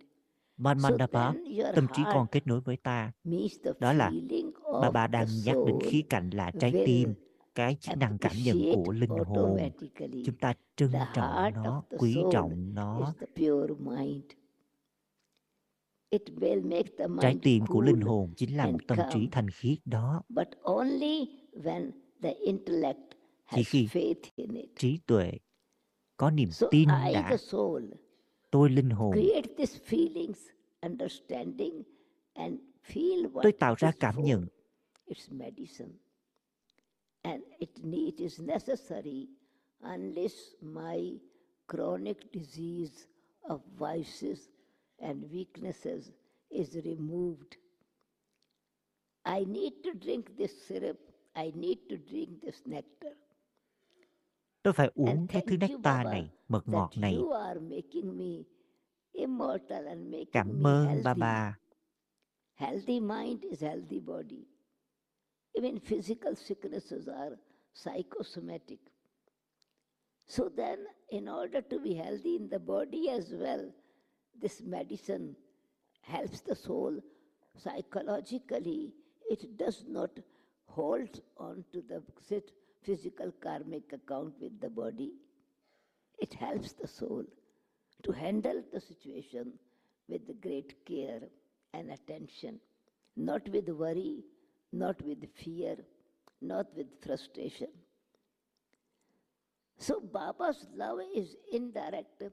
Speaker 2: Man
Speaker 1: So
Speaker 2: mandapa,
Speaker 1: then your
Speaker 2: tâm trí con
Speaker 1: heart
Speaker 2: kết nối với ta.
Speaker 1: meets the
Speaker 2: Đó là
Speaker 1: feeling
Speaker 2: Ba
Speaker 1: of
Speaker 2: ba
Speaker 1: the
Speaker 2: đang nhắc đến
Speaker 1: soul
Speaker 2: khía cạnh là trái tim,
Speaker 1: will
Speaker 2: cái chức năng cảm nhận
Speaker 1: appreciate
Speaker 2: của linh hồn.
Speaker 1: automatically.
Speaker 2: Chúng ta
Speaker 1: The
Speaker 2: trân trọng
Speaker 1: heart of
Speaker 2: nó,
Speaker 1: the
Speaker 2: quý
Speaker 1: soul
Speaker 2: trọng
Speaker 1: is
Speaker 2: nó.
Speaker 1: the pure mind. It will make the
Speaker 2: Trái
Speaker 1: mind
Speaker 2: tim của linh
Speaker 1: cool,
Speaker 2: hồn chính là
Speaker 1: and
Speaker 2: một tâm trí
Speaker 1: calm.
Speaker 2: thanh khiết đó.
Speaker 1: but only when the intellect
Speaker 2: Chỉ
Speaker 1: has
Speaker 2: khi
Speaker 1: faith in it.
Speaker 2: trí tuệ có niềm
Speaker 1: So
Speaker 2: tin
Speaker 1: I,
Speaker 2: đã
Speaker 1: the soul,
Speaker 2: tôi linh hồn,
Speaker 1: create these feelings, understanding, and feel what
Speaker 2: tôi tạo
Speaker 1: it
Speaker 2: ra
Speaker 1: is
Speaker 2: cảm
Speaker 1: for.
Speaker 2: nhận
Speaker 1: It's medicine. And it need is necessary unless my chronic disease of vices and weaknesses is removed. I need to drink this syrup. I need to drink this nectar.
Speaker 2: tôi phải
Speaker 1: And
Speaker 2: uống cái thứ
Speaker 1: thank you,
Speaker 2: nectar
Speaker 1: Baba,
Speaker 2: này, mật
Speaker 1: that
Speaker 2: ngọt này.
Speaker 1: you are making me immortal and making
Speaker 2: Cảm
Speaker 1: me
Speaker 2: ơn ba
Speaker 1: healthy.
Speaker 2: ba.
Speaker 1: Healthy mind is healthy body. Even physical sicknesses are psychosomatic. So then, in order to be healthy in the body as well, this medicine helps the soul psychologically. It does not hold on to the phys- physical karmic account with the body. It helps the soul to handle the situation with great care and attention, not with worry, not with fear, not with frustration. So Baba's love is indirect,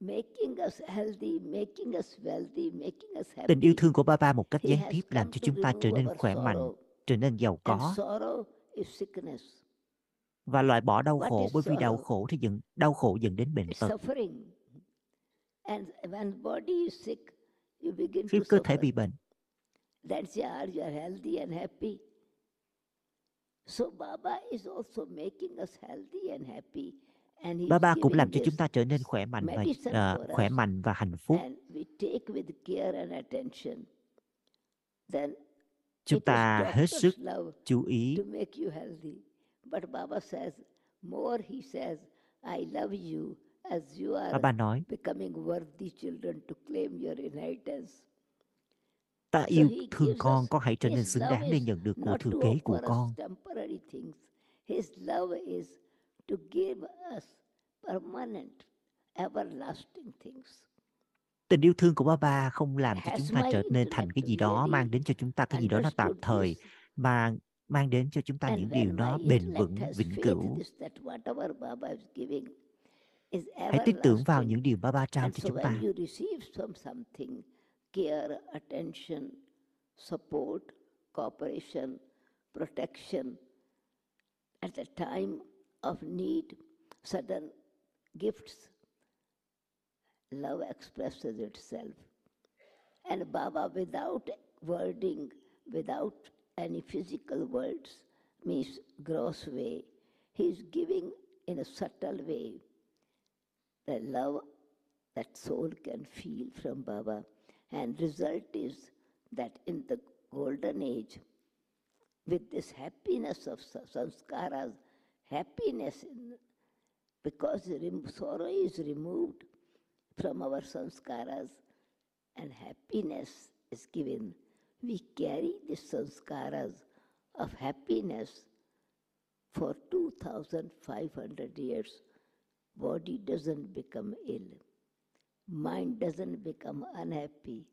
Speaker 1: making us healthy, making us wealthy, making us happy.
Speaker 2: Tình yêu thương của ba ba một cách
Speaker 1: He
Speaker 2: gián
Speaker 1: has
Speaker 2: tiếp làm
Speaker 1: come
Speaker 2: cho
Speaker 1: to
Speaker 2: chúng ta trở
Speaker 1: remove
Speaker 2: nên
Speaker 1: our
Speaker 2: khỏe mạnh,
Speaker 1: sorrow,
Speaker 2: trở nên giàu
Speaker 1: and
Speaker 2: có
Speaker 1: sorrow is sickness.
Speaker 2: và loại bỏ đau
Speaker 1: What
Speaker 2: khổ
Speaker 1: is
Speaker 2: bởi vì đau
Speaker 1: sorrow?
Speaker 2: khổ thì dẫn đau khổ dẫn đến bệnh
Speaker 1: It's
Speaker 2: tật.
Speaker 1: suffering. And when body is sick, you begin
Speaker 2: Khi
Speaker 1: to
Speaker 2: cơ thể
Speaker 1: suffer.
Speaker 2: bị bệnh,
Speaker 1: That's how you are healthy and happy. So Baba is also making us healthy and happy, and he
Speaker 2: ba
Speaker 1: is
Speaker 2: ba cũng làm
Speaker 1: giving
Speaker 2: cho chúng
Speaker 1: this
Speaker 2: ta trở nên khỏe mạnh và
Speaker 1: medicine
Speaker 2: à,
Speaker 1: for
Speaker 2: khỏe
Speaker 1: us,
Speaker 2: mạnh và hạnh phúc.
Speaker 1: and we take with care and attention. Then
Speaker 2: Chúng
Speaker 1: it is
Speaker 2: ta hết
Speaker 1: doctor's
Speaker 2: sức
Speaker 1: love
Speaker 2: chú ý.
Speaker 1: to make you healthy, but Baba says more. He says, "I love you as you
Speaker 2: Ba
Speaker 1: are
Speaker 2: ba nói,
Speaker 1: becoming worthy children to claim your inheritance."
Speaker 2: ta
Speaker 1: So
Speaker 2: yêu
Speaker 1: he
Speaker 2: thương
Speaker 1: gives
Speaker 2: con,
Speaker 1: us
Speaker 2: con hãy trở nên
Speaker 1: his
Speaker 2: xứng
Speaker 1: love
Speaker 2: đáng để
Speaker 1: is
Speaker 2: nhận được của
Speaker 1: not
Speaker 2: thừa
Speaker 1: to
Speaker 2: kế của
Speaker 1: offer us
Speaker 2: con.
Speaker 1: temporary things. His love is to give us permanent, everlasting things.
Speaker 2: Tình yêu thương của ba ba không làm cho chúng
Speaker 1: Has
Speaker 2: ta
Speaker 1: my
Speaker 2: trở nên thành
Speaker 1: intellect
Speaker 2: cái gì đó, mang
Speaker 1: really
Speaker 2: đến cho chúng ta cái gì đó nó tạm
Speaker 1: understood
Speaker 2: thời,
Speaker 1: this?
Speaker 2: mà mang đến cho chúng ta
Speaker 1: And
Speaker 2: những điều
Speaker 1: when my
Speaker 2: đó bền
Speaker 1: intellect
Speaker 2: vững,
Speaker 1: has
Speaker 2: vĩnh
Speaker 1: faith
Speaker 2: cửu.
Speaker 1: this that whatever Baba is giving is
Speaker 2: Hãy tin tưởng vào
Speaker 1: everlasting.
Speaker 2: những điều ba ba trao
Speaker 1: And
Speaker 2: cho
Speaker 1: so
Speaker 2: chúng
Speaker 1: when
Speaker 2: ta.
Speaker 1: you receive from something care, attention, support, cooperation, protection, at the time of need, sudden gifts, love expresses itself. And Baba, without wording, without any physical words, means gross way, he's giving in a subtle way the love that soul can feel from Baba. And result is that in the golden age, with this happiness of sa- samskaras, happiness in, because rem- sorrow is removed, from our sanskaras and happiness is given. We carry the sanskaras of happiness for 2500 years. Body doesn't become ill, mind doesn't become unhappy.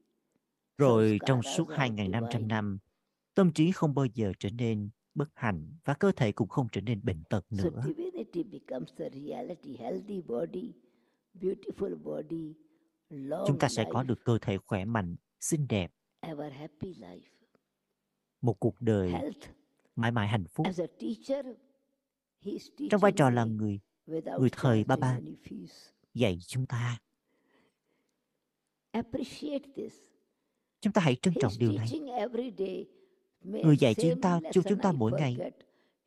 Speaker 2: Rồi trong
Speaker 1: Sanskaras
Speaker 2: suốt
Speaker 1: are
Speaker 2: 2.500
Speaker 1: divine.
Speaker 2: năm, tâm trí không bao giờ trở nên bất hạnh và cơ thể cũng không trở nên bệnh tật
Speaker 1: So
Speaker 2: nữa.
Speaker 1: divinity becomes the reality, healthy body, beautiful body, long
Speaker 2: Chúng ta sẽ có
Speaker 1: life,
Speaker 2: được cơ thể khỏe mạnh, xinh đẹp,
Speaker 1: ever happy life.
Speaker 2: một cuộc đời
Speaker 1: Health.
Speaker 2: mãi mãi hạnh phúc.
Speaker 1: As a teacher, he is teaching
Speaker 2: Trong vai trò là
Speaker 1: me
Speaker 2: người
Speaker 1: without
Speaker 2: người thầy ba
Speaker 1: charging
Speaker 2: ba.
Speaker 1: any fees.
Speaker 2: dạy chúng ta,
Speaker 1: Appreciate this.
Speaker 2: chúng ta hãy trân
Speaker 1: He
Speaker 2: trọng
Speaker 1: is
Speaker 2: điều này.
Speaker 1: teaching every day. May
Speaker 2: Người dạy
Speaker 1: same
Speaker 2: chúng ta- chúng- chúng
Speaker 1: lesson
Speaker 2: ta
Speaker 1: I
Speaker 2: mỗi ngày.
Speaker 1: forget,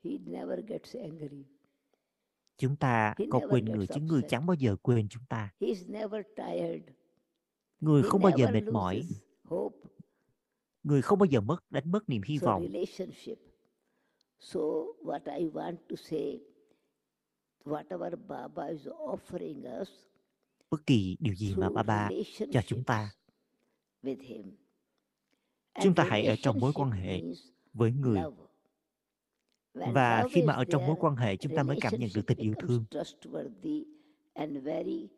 Speaker 1: He never gets angry.
Speaker 2: Chúng ta
Speaker 1: He
Speaker 2: có
Speaker 1: never
Speaker 2: quên
Speaker 1: gets
Speaker 2: người chứ người
Speaker 1: upset.
Speaker 2: chẳng bao giờ quên chúng ta.
Speaker 1: He is never tired.
Speaker 2: Người
Speaker 1: He
Speaker 2: không bao giờ
Speaker 1: never
Speaker 2: mệt mỏi,
Speaker 1: loses Hope.
Speaker 2: người không bao giờ mất đánh mất niềm hy
Speaker 1: so
Speaker 2: vọng.
Speaker 1: relationship. So what I want to say, whatever Baba is offering us
Speaker 2: Bất kỳ điều gì mà
Speaker 1: through
Speaker 2: ba ba cho chúng ta.
Speaker 1: relationships with him.
Speaker 2: Chúng
Speaker 1: And
Speaker 2: ta hãy ở trong mối quan
Speaker 1: relationship
Speaker 2: hệ
Speaker 1: means
Speaker 2: với người
Speaker 1: love. When
Speaker 2: và
Speaker 1: love
Speaker 2: khi mà
Speaker 1: is
Speaker 2: ở trong mối
Speaker 1: there,
Speaker 2: quan hệ chúng ta mới cảm nhận được
Speaker 1: relationship
Speaker 2: tình yêu
Speaker 1: becomes
Speaker 2: thương.
Speaker 1: trustworthy and very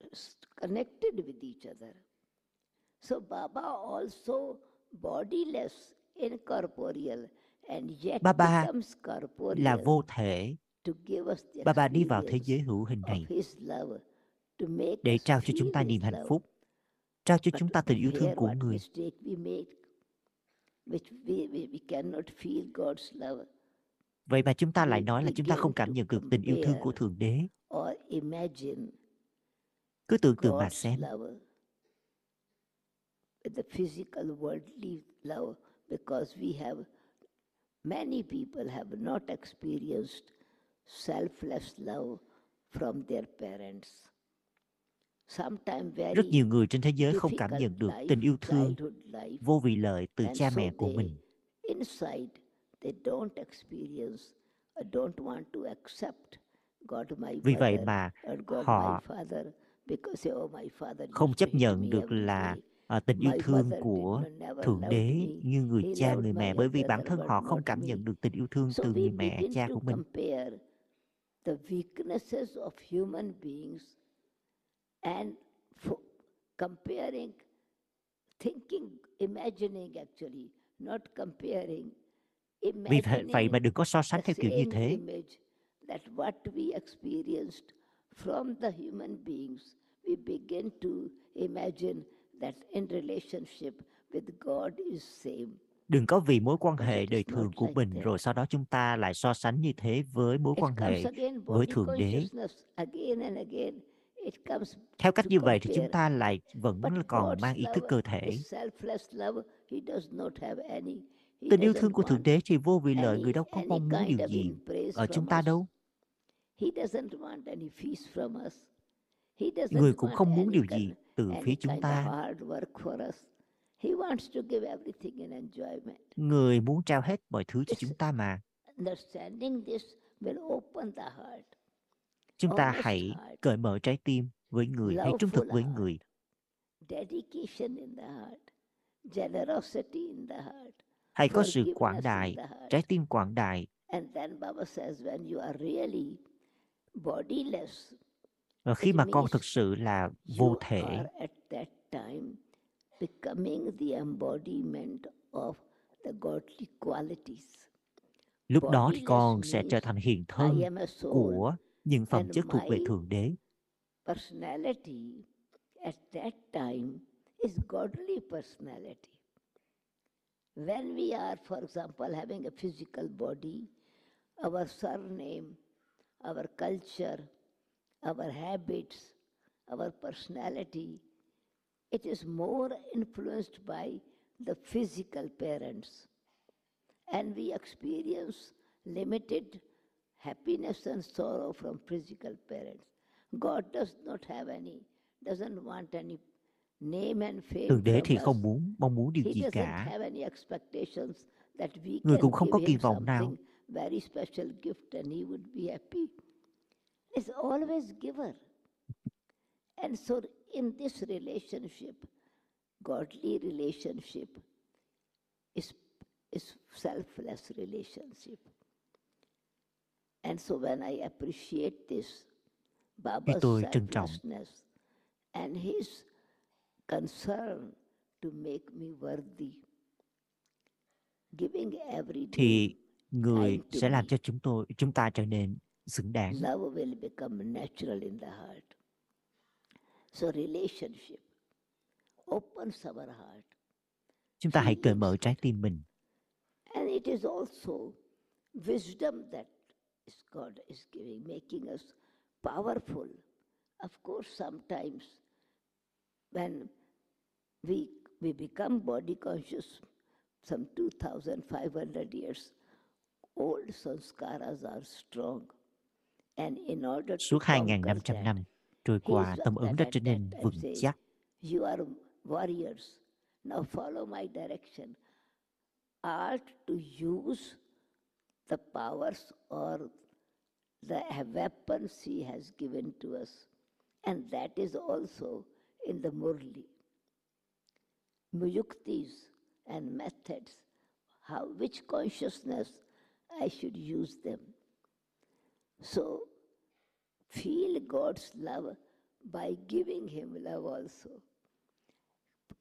Speaker 1: s- connected with each other. So Baba also bodiless, incorporeal, and yet
Speaker 2: Baba
Speaker 1: becomes corporeal
Speaker 2: Là vô thể,
Speaker 1: to give us the
Speaker 2: ba ba đi vào thế giới
Speaker 1: experience
Speaker 2: hữu hình này
Speaker 1: of His love, to make
Speaker 2: để
Speaker 1: us
Speaker 2: trao cho chúng ta
Speaker 1: feel
Speaker 2: niềm
Speaker 1: His
Speaker 2: hạnh
Speaker 1: love.
Speaker 2: phúc, trao cho
Speaker 1: But
Speaker 2: chúng ta tình yêu thương
Speaker 1: here
Speaker 2: của
Speaker 1: what
Speaker 2: người.
Speaker 1: mistake we make, which we, we, we cannot feel God's love
Speaker 2: Vậy mà chúng ta lại
Speaker 1: we
Speaker 2: nói là chúng ta
Speaker 1: begin
Speaker 2: không
Speaker 1: to
Speaker 2: cảm nhận được tình yêu thương của
Speaker 1: compare
Speaker 2: Thượng Đế.
Speaker 1: or imagine
Speaker 2: Cứ tưởng tượng mà
Speaker 1: God's
Speaker 2: xem,
Speaker 1: love with the physical worldly love because we have many people have not experienced selfless love from their parents. Sometimes very
Speaker 2: rất nhiều người trên thế giới không cảm
Speaker 1: difficult
Speaker 2: nhận được
Speaker 1: life,
Speaker 2: tình yêu thương
Speaker 1: childhood life,
Speaker 2: vô vị lợi từ
Speaker 1: and
Speaker 2: cha
Speaker 1: so
Speaker 2: mẹ của
Speaker 1: they-
Speaker 2: mình.
Speaker 1: Inside, they don't experience, or don't want to accept God my
Speaker 2: Vì vậy
Speaker 1: mother
Speaker 2: mà
Speaker 1: or God
Speaker 2: họ
Speaker 1: my father because oh my father
Speaker 2: không
Speaker 1: used to
Speaker 2: chấp
Speaker 1: hit me
Speaker 2: nhận được
Speaker 1: every
Speaker 2: là
Speaker 1: day.
Speaker 2: à, tình yêu
Speaker 1: My
Speaker 2: thương
Speaker 1: mother did
Speaker 2: của
Speaker 1: not- never
Speaker 2: Thượng
Speaker 1: loved
Speaker 2: Đế
Speaker 1: me.
Speaker 2: như người
Speaker 1: He
Speaker 2: cha
Speaker 1: loved
Speaker 2: người
Speaker 1: my
Speaker 2: mẹ bởi vì bản
Speaker 1: brother,
Speaker 2: thân
Speaker 1: but
Speaker 2: họ không
Speaker 1: not
Speaker 2: cảm
Speaker 1: me.
Speaker 2: nhận được tình yêu thương
Speaker 1: So
Speaker 2: từ
Speaker 1: we
Speaker 2: người mẹ,
Speaker 1: begin
Speaker 2: cha
Speaker 1: to
Speaker 2: của mình.
Speaker 1: compare the weaknesses of human beings and fo- comparing, thinking, imagining actually, not comparing,
Speaker 2: Vì vậy, vậy
Speaker 1: imagining
Speaker 2: mà đừng có so sánh
Speaker 1: the
Speaker 2: theo kiểu như
Speaker 1: same
Speaker 2: thế.
Speaker 1: image that what we experienced from the human beings, we begin to imagine that in relationship with God is same.
Speaker 2: Đừng có vì mối quan
Speaker 1: But
Speaker 2: hệ
Speaker 1: it is
Speaker 2: đời
Speaker 1: not
Speaker 2: thường của
Speaker 1: like
Speaker 2: mình
Speaker 1: that.
Speaker 2: rồi sau đó chúng ta lại so sánh như thế với mối quan
Speaker 1: It comes
Speaker 2: hệ.
Speaker 1: again,
Speaker 2: với
Speaker 1: body
Speaker 2: Thượng Đế.
Speaker 1: consciousness, again and again. It comes
Speaker 2: Theo cách
Speaker 1: to
Speaker 2: như vậy thì chúng
Speaker 1: compare.
Speaker 2: ta lại vẫn
Speaker 1: But
Speaker 2: còn
Speaker 1: God's
Speaker 2: mang ý thức
Speaker 1: love
Speaker 2: cơ thể.
Speaker 1: is selfless love. He does not have any. He
Speaker 2: Tình yêu thương
Speaker 1: doesn't
Speaker 2: của Thượng
Speaker 1: want
Speaker 2: Đế thì vô vị lợi, người
Speaker 1: any,
Speaker 2: đâu có
Speaker 1: any
Speaker 2: mong muốn
Speaker 1: kind
Speaker 2: điều
Speaker 1: of
Speaker 2: gì
Speaker 1: embrace
Speaker 2: ở chúng
Speaker 1: from
Speaker 2: ta
Speaker 1: us.
Speaker 2: đâu.
Speaker 1: He doesn't want any fees from us. He
Speaker 2: Người
Speaker 1: doesn't
Speaker 2: cũng
Speaker 1: want
Speaker 2: không muốn
Speaker 1: any,
Speaker 2: điều gì
Speaker 1: kind,
Speaker 2: từ phía
Speaker 1: any
Speaker 2: chúng
Speaker 1: kind of
Speaker 2: ta.
Speaker 1: hard work for us. He wants to give everything in enjoyment.
Speaker 2: Người muốn trao hết mọi thứ cho
Speaker 1: This-
Speaker 2: chúng ta mà.
Speaker 1: Understanding this will open the heart.
Speaker 2: Chúng ta
Speaker 1: honest
Speaker 2: hãy
Speaker 1: heart,
Speaker 2: cởi mở trái tim với người, hãy trung thực
Speaker 1: loveful
Speaker 2: với
Speaker 1: heart,
Speaker 2: người.
Speaker 1: dedication in the heart, generosity in the heart,
Speaker 2: Hãy có sự quảng
Speaker 1: forgiveness in
Speaker 2: đại,
Speaker 1: the heart.
Speaker 2: trái tim quảng đại.
Speaker 1: And then Baba says, when you are really bodiless,
Speaker 2: Và Ờ, khi
Speaker 1: It
Speaker 2: mà con
Speaker 1: means
Speaker 2: thực sự là vô
Speaker 1: you
Speaker 2: thể,
Speaker 1: are at that time becoming the embodiment of the godly qualities.
Speaker 2: lúc đó thì
Speaker 1: Bodiless
Speaker 2: con sẽ trở
Speaker 1: means
Speaker 2: thành hiện thân
Speaker 1: I am a soul.
Speaker 2: của những phẩm
Speaker 1: and
Speaker 2: chất thuộc về
Speaker 1: my
Speaker 2: Thượng Đế.
Speaker 1: Personality at that time is godly personality. When we are, for example, having a physical body, our surname, our culture, our habits, our personality, it is more influenced by the physical parents. And we experience limited happiness and sorrow from physical parents. God does not have any, doesn't want any name and fame
Speaker 2: Thượng Đế
Speaker 1: from
Speaker 2: thì
Speaker 1: us.
Speaker 2: không muốn mong muốn điều
Speaker 1: He
Speaker 2: gì
Speaker 1: doesn't
Speaker 2: cả.
Speaker 1: have any expectations that we
Speaker 2: Người
Speaker 1: can
Speaker 2: cũng không
Speaker 1: give
Speaker 2: có kỳ
Speaker 1: him
Speaker 2: vọng nào.
Speaker 1: something very special gift and he would be happy. It's always giver. And so, in this relationship, godly relationship is, is selfless relationship. And so, when I appreciate this, Baba's
Speaker 2: tôi trân trọng.
Speaker 1: selflessness and his concern to make me worthy, giving every day,
Speaker 2: thì người
Speaker 1: Thank you,
Speaker 2: sẽ làm
Speaker 1: Mỹ.
Speaker 2: cho chúng tôi chúng ta trở nên xứng đáng
Speaker 1: love will become natural in the heart. So, relationship opens our heart.
Speaker 2: chúng ta hãy cởi
Speaker 1: Feelings.
Speaker 2: mở trái tim mình
Speaker 1: And it is also wisdom that is God is giving, making us powerful. Of course, sometimes when we, we become body conscious, some 2,500 years old sanskaras are strong. And in order to
Speaker 2: suốt
Speaker 1: conquer
Speaker 2: 2.500
Speaker 1: that,
Speaker 2: năm trôi
Speaker 1: he
Speaker 2: qua
Speaker 1: is
Speaker 2: tâm
Speaker 1: like
Speaker 2: ứng
Speaker 1: that
Speaker 2: đã
Speaker 1: at
Speaker 2: trở
Speaker 1: that
Speaker 2: nên
Speaker 1: time
Speaker 2: vững
Speaker 1: say,
Speaker 2: chắc
Speaker 1: You are warriors. Now follow my direction. Art to use the powers or the weapons he has given to us. And that is also in the Murli. Muyuktis and methods, how which consciousness I should use them. So feel God's love by giving him love also.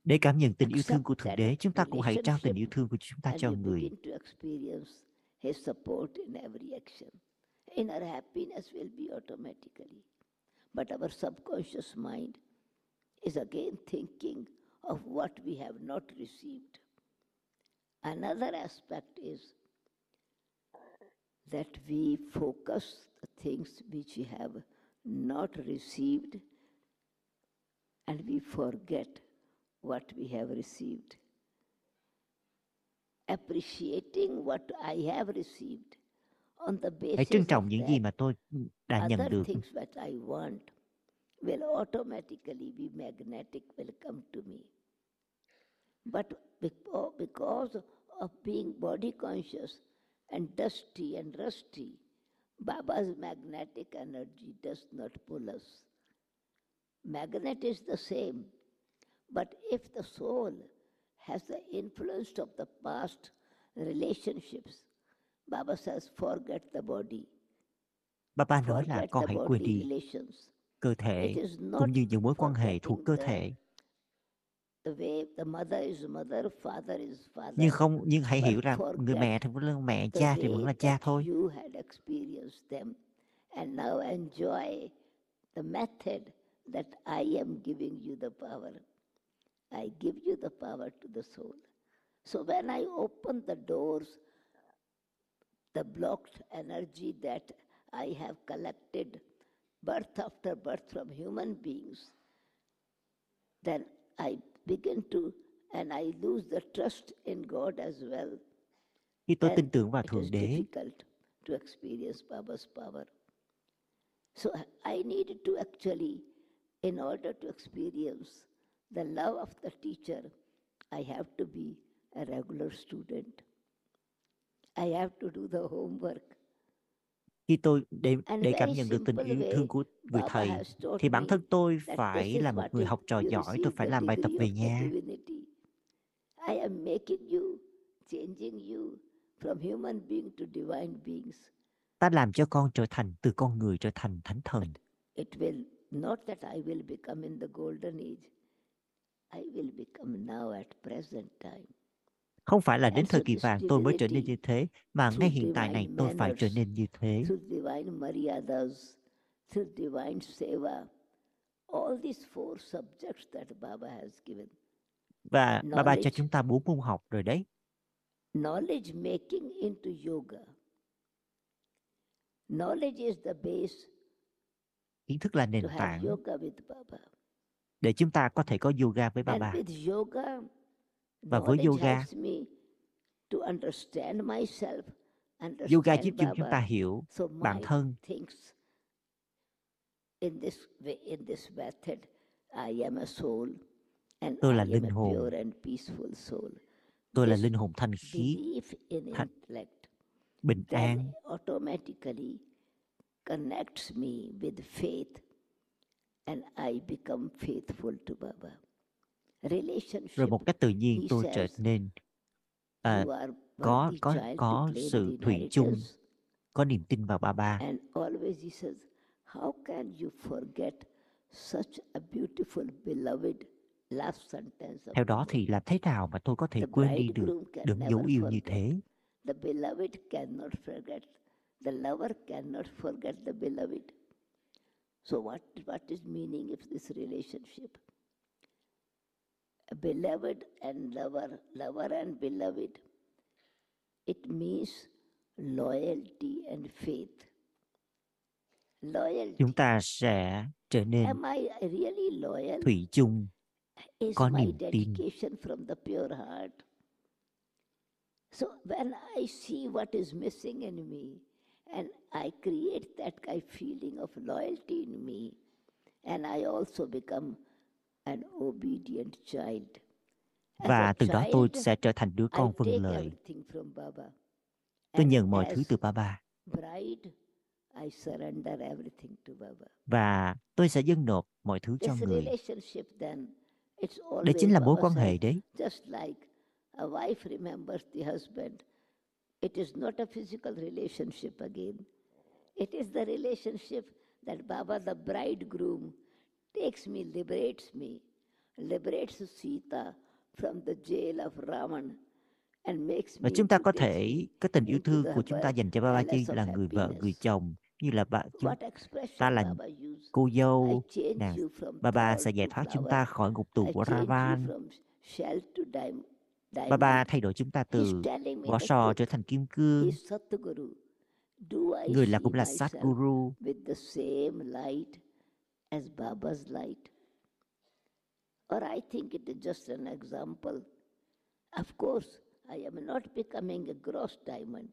Speaker 2: để cảm nhận tình yêu thương của
Speaker 1: Accept
Speaker 2: thượng
Speaker 1: that
Speaker 2: đế chúng ta cũng hãy trao tình
Speaker 1: relationship
Speaker 2: yêu thương của chúng ta
Speaker 1: and
Speaker 2: cho
Speaker 1: we
Speaker 2: người
Speaker 1: begin to experience his support in every action. Inner happiness will be automatically. But our subconscious mind is again thinking of what we have not received. Another aspect is that we focus the things which we have not received and we forget what we have received appreciating what I have received on the basis
Speaker 2: hãy trân trọng
Speaker 1: of
Speaker 2: những
Speaker 1: that,
Speaker 2: gì mà tôi đã nhận
Speaker 1: other
Speaker 2: được
Speaker 1: things that I want will automatically be magnetic, will come to me. But beco- because of being body conscious and dusty and rusty, Baba's magnetic energy does not pull us. Magnet is the same, but if the soul has the influence of the past relationships, Baba says, forget the body.
Speaker 2: Baba nói là
Speaker 1: Forget
Speaker 2: con
Speaker 1: the
Speaker 2: hãy quên
Speaker 1: body
Speaker 2: đi
Speaker 1: relations.
Speaker 2: cơ thể
Speaker 1: It is not
Speaker 2: cũng như những mối quan hệ thuộc
Speaker 1: forgetting
Speaker 2: cơ
Speaker 1: the-
Speaker 2: thể
Speaker 1: The way the mother is mother, father is father.
Speaker 2: nhưng không nhưng hãy
Speaker 1: But
Speaker 2: hiểu rằng người
Speaker 1: forget
Speaker 2: mẹ thì vẫn là mẹ
Speaker 1: the
Speaker 2: cha thì vẫn
Speaker 1: way
Speaker 2: là cha
Speaker 1: that
Speaker 2: thôi
Speaker 1: You had experienced them and now enjoy the method that I am giving you the power. I give you the power to the soul. So when I open the doors, the blocked energy that I have collected birth after birth from human beings, then I begin to, and I lose the trust in God as well.
Speaker 2: khi tôi
Speaker 1: And
Speaker 2: tin tưởng vào
Speaker 1: it
Speaker 2: thượng
Speaker 1: is
Speaker 2: đế
Speaker 1: difficult to experience Baba's power. So I- I needed to actually, in order to experience the love of the teacher, I have to be a regular student. I have to do the homework.
Speaker 2: khi tôi để
Speaker 1: And
Speaker 2: để cảm
Speaker 1: very
Speaker 2: nhận được tình
Speaker 1: simple
Speaker 2: yêu
Speaker 1: way,
Speaker 2: thương của người
Speaker 1: Baba
Speaker 2: thầy
Speaker 1: has taught
Speaker 2: thì bản
Speaker 1: me
Speaker 2: thân tôi
Speaker 1: that this
Speaker 2: phải
Speaker 1: is
Speaker 2: là một
Speaker 1: what
Speaker 2: người
Speaker 1: is-
Speaker 2: học trò
Speaker 1: you
Speaker 2: giỏi tôi
Speaker 1: receive
Speaker 2: phải
Speaker 1: the
Speaker 2: làm bài tập
Speaker 1: degree
Speaker 2: về
Speaker 1: of the
Speaker 2: nhà
Speaker 1: divinity. I am making you, changing you from human being to divine beings.
Speaker 2: ta làm cho con trở thành từ con người trở thành thánh thần
Speaker 1: It will not that I will become in the golden age. I will become now at present time.
Speaker 2: không phải là đến
Speaker 1: And
Speaker 2: thời
Speaker 1: so
Speaker 2: kỳ
Speaker 1: this
Speaker 2: vàng tôi mới trở nên
Speaker 1: divinity
Speaker 2: như thế mà ngay
Speaker 1: through
Speaker 2: hiện tại này
Speaker 1: divine
Speaker 2: tôi phải trở
Speaker 1: manners,
Speaker 2: nên như thế
Speaker 1: through divine maryadas, through divine seva, all these four subjects that Baba has given.
Speaker 2: và bà ba cho
Speaker 1: knowledge.
Speaker 2: chúng ta bốn môn học rồi đấy
Speaker 1: Knowledge making into yoga. Knowledge is the base
Speaker 2: kiến thức là nền
Speaker 1: to have
Speaker 2: tảng
Speaker 1: yoga with Baba.
Speaker 2: để chúng ta có thể có yoga với bà
Speaker 1: And
Speaker 2: bà
Speaker 1: with yoga,
Speaker 2: Và với
Speaker 1: knowledge
Speaker 2: yoga-
Speaker 1: helps me to understand myself, understand
Speaker 2: yoga giúp cho chúng ta
Speaker 1: Baba.
Speaker 2: hiểu
Speaker 1: So
Speaker 2: bản
Speaker 1: mind
Speaker 2: thân
Speaker 1: thinks in this way, in this method, I am a soul and
Speaker 2: Tôi là
Speaker 1: I am
Speaker 2: linh
Speaker 1: a
Speaker 2: hồn.
Speaker 1: pure and peaceful soul.
Speaker 2: tôi là
Speaker 1: this
Speaker 2: linh hồn thanh khí
Speaker 1: Belief in
Speaker 2: Thanh-
Speaker 1: intellect
Speaker 2: bình
Speaker 1: then
Speaker 2: an
Speaker 1: automatically connects me with faith and I become faithful to Baba. Relationship.
Speaker 2: rồi một cách tự nhiên
Speaker 1: he
Speaker 2: tôi trở
Speaker 1: says,
Speaker 2: nên à,
Speaker 1: you are
Speaker 2: có-
Speaker 1: worthy
Speaker 2: có-
Speaker 1: child to
Speaker 2: có
Speaker 1: claim
Speaker 2: sự
Speaker 1: the
Speaker 2: thủy chung.
Speaker 1: inheritance.
Speaker 2: có niềm tin vào ba ba
Speaker 1: And always he says, How can you forget such a beautiful, beloved last sentence? Of
Speaker 2: theo đó
Speaker 1: Baba?
Speaker 2: thì làm thế nào mà tôi có thể
Speaker 1: the
Speaker 2: quên đi được
Speaker 1: bridegroom can
Speaker 2: đấng dấu
Speaker 1: never
Speaker 2: yêu như
Speaker 1: forget.
Speaker 2: thế
Speaker 1: The beloved cannot forget. The lover cannot forget the beloved. So what, what is meaning of this relationship? A beloved and lover, lover and beloved. It means loyalty and faith. Loyalty.
Speaker 2: chúng ta sẽ trở nên
Speaker 1: Am I really loyal?
Speaker 2: thủy chung
Speaker 1: is
Speaker 2: có
Speaker 1: my
Speaker 2: niềm tin.
Speaker 1: dedication from the pure heart. So when I see what is missing in me, and I create that kind of feeling of loyalty in me, and I also become an obedient child. As
Speaker 2: và
Speaker 1: a
Speaker 2: từ đó tôi
Speaker 1: child,
Speaker 2: sẽ trở thành đứa
Speaker 1: I
Speaker 2: con
Speaker 1: take
Speaker 2: vâng lời
Speaker 1: everything from Baba.
Speaker 2: tôi
Speaker 1: And
Speaker 2: nhận mọi thứ
Speaker 1: as
Speaker 2: từ ba ba
Speaker 1: bride, I surrender everything to Baba.
Speaker 2: và tôi sẽ dâng nộp mọi thứ cho
Speaker 1: This
Speaker 2: người
Speaker 1: relationship then, it's always
Speaker 2: đấy chính là mối
Speaker 1: Baba
Speaker 2: quan
Speaker 1: says,
Speaker 2: hệ đấy
Speaker 1: Just like a wife remembers the husband, it is not a physical relationship again. It is the relationship that Baba, the bridegroom, takes me, liberates me, liberates Sita from the jail of Ravan and makes
Speaker 2: và
Speaker 1: me.
Speaker 2: chúng ta
Speaker 1: to
Speaker 2: có
Speaker 1: take
Speaker 2: thể cái tình yêu
Speaker 1: into
Speaker 2: thương
Speaker 1: the
Speaker 2: của chúng ta
Speaker 1: birth
Speaker 2: dành cho ba ba
Speaker 1: palace
Speaker 2: chi
Speaker 1: of
Speaker 2: là người vợ người
Speaker 1: happiness.
Speaker 2: chồng như là bà chúng
Speaker 1: What expression
Speaker 2: ta là
Speaker 1: Baba used?
Speaker 2: cô
Speaker 1: I
Speaker 2: dâu
Speaker 1: change
Speaker 2: nàng
Speaker 1: you from
Speaker 2: ba ba
Speaker 1: doll
Speaker 2: sẽ giải
Speaker 1: to
Speaker 2: thoát chúng
Speaker 1: flower.
Speaker 2: ta khỏi ngục tù
Speaker 1: I
Speaker 2: của
Speaker 1: change you
Speaker 2: Ravan
Speaker 1: from shell to dim-
Speaker 2: ba ba
Speaker 1: diamond.
Speaker 2: thay đổi chúng ta
Speaker 1: He's
Speaker 2: từ
Speaker 1: telling me
Speaker 2: vỏ
Speaker 1: the
Speaker 2: sò
Speaker 1: truth.
Speaker 2: trở thành kim cương
Speaker 1: He's Satguru. Do I
Speaker 2: người là
Speaker 1: see
Speaker 2: cũng là sát
Speaker 1: myself
Speaker 2: guru
Speaker 1: with the same light as Baba's light? Or I think it is just an example. Of course, I am not becoming a gross diamond,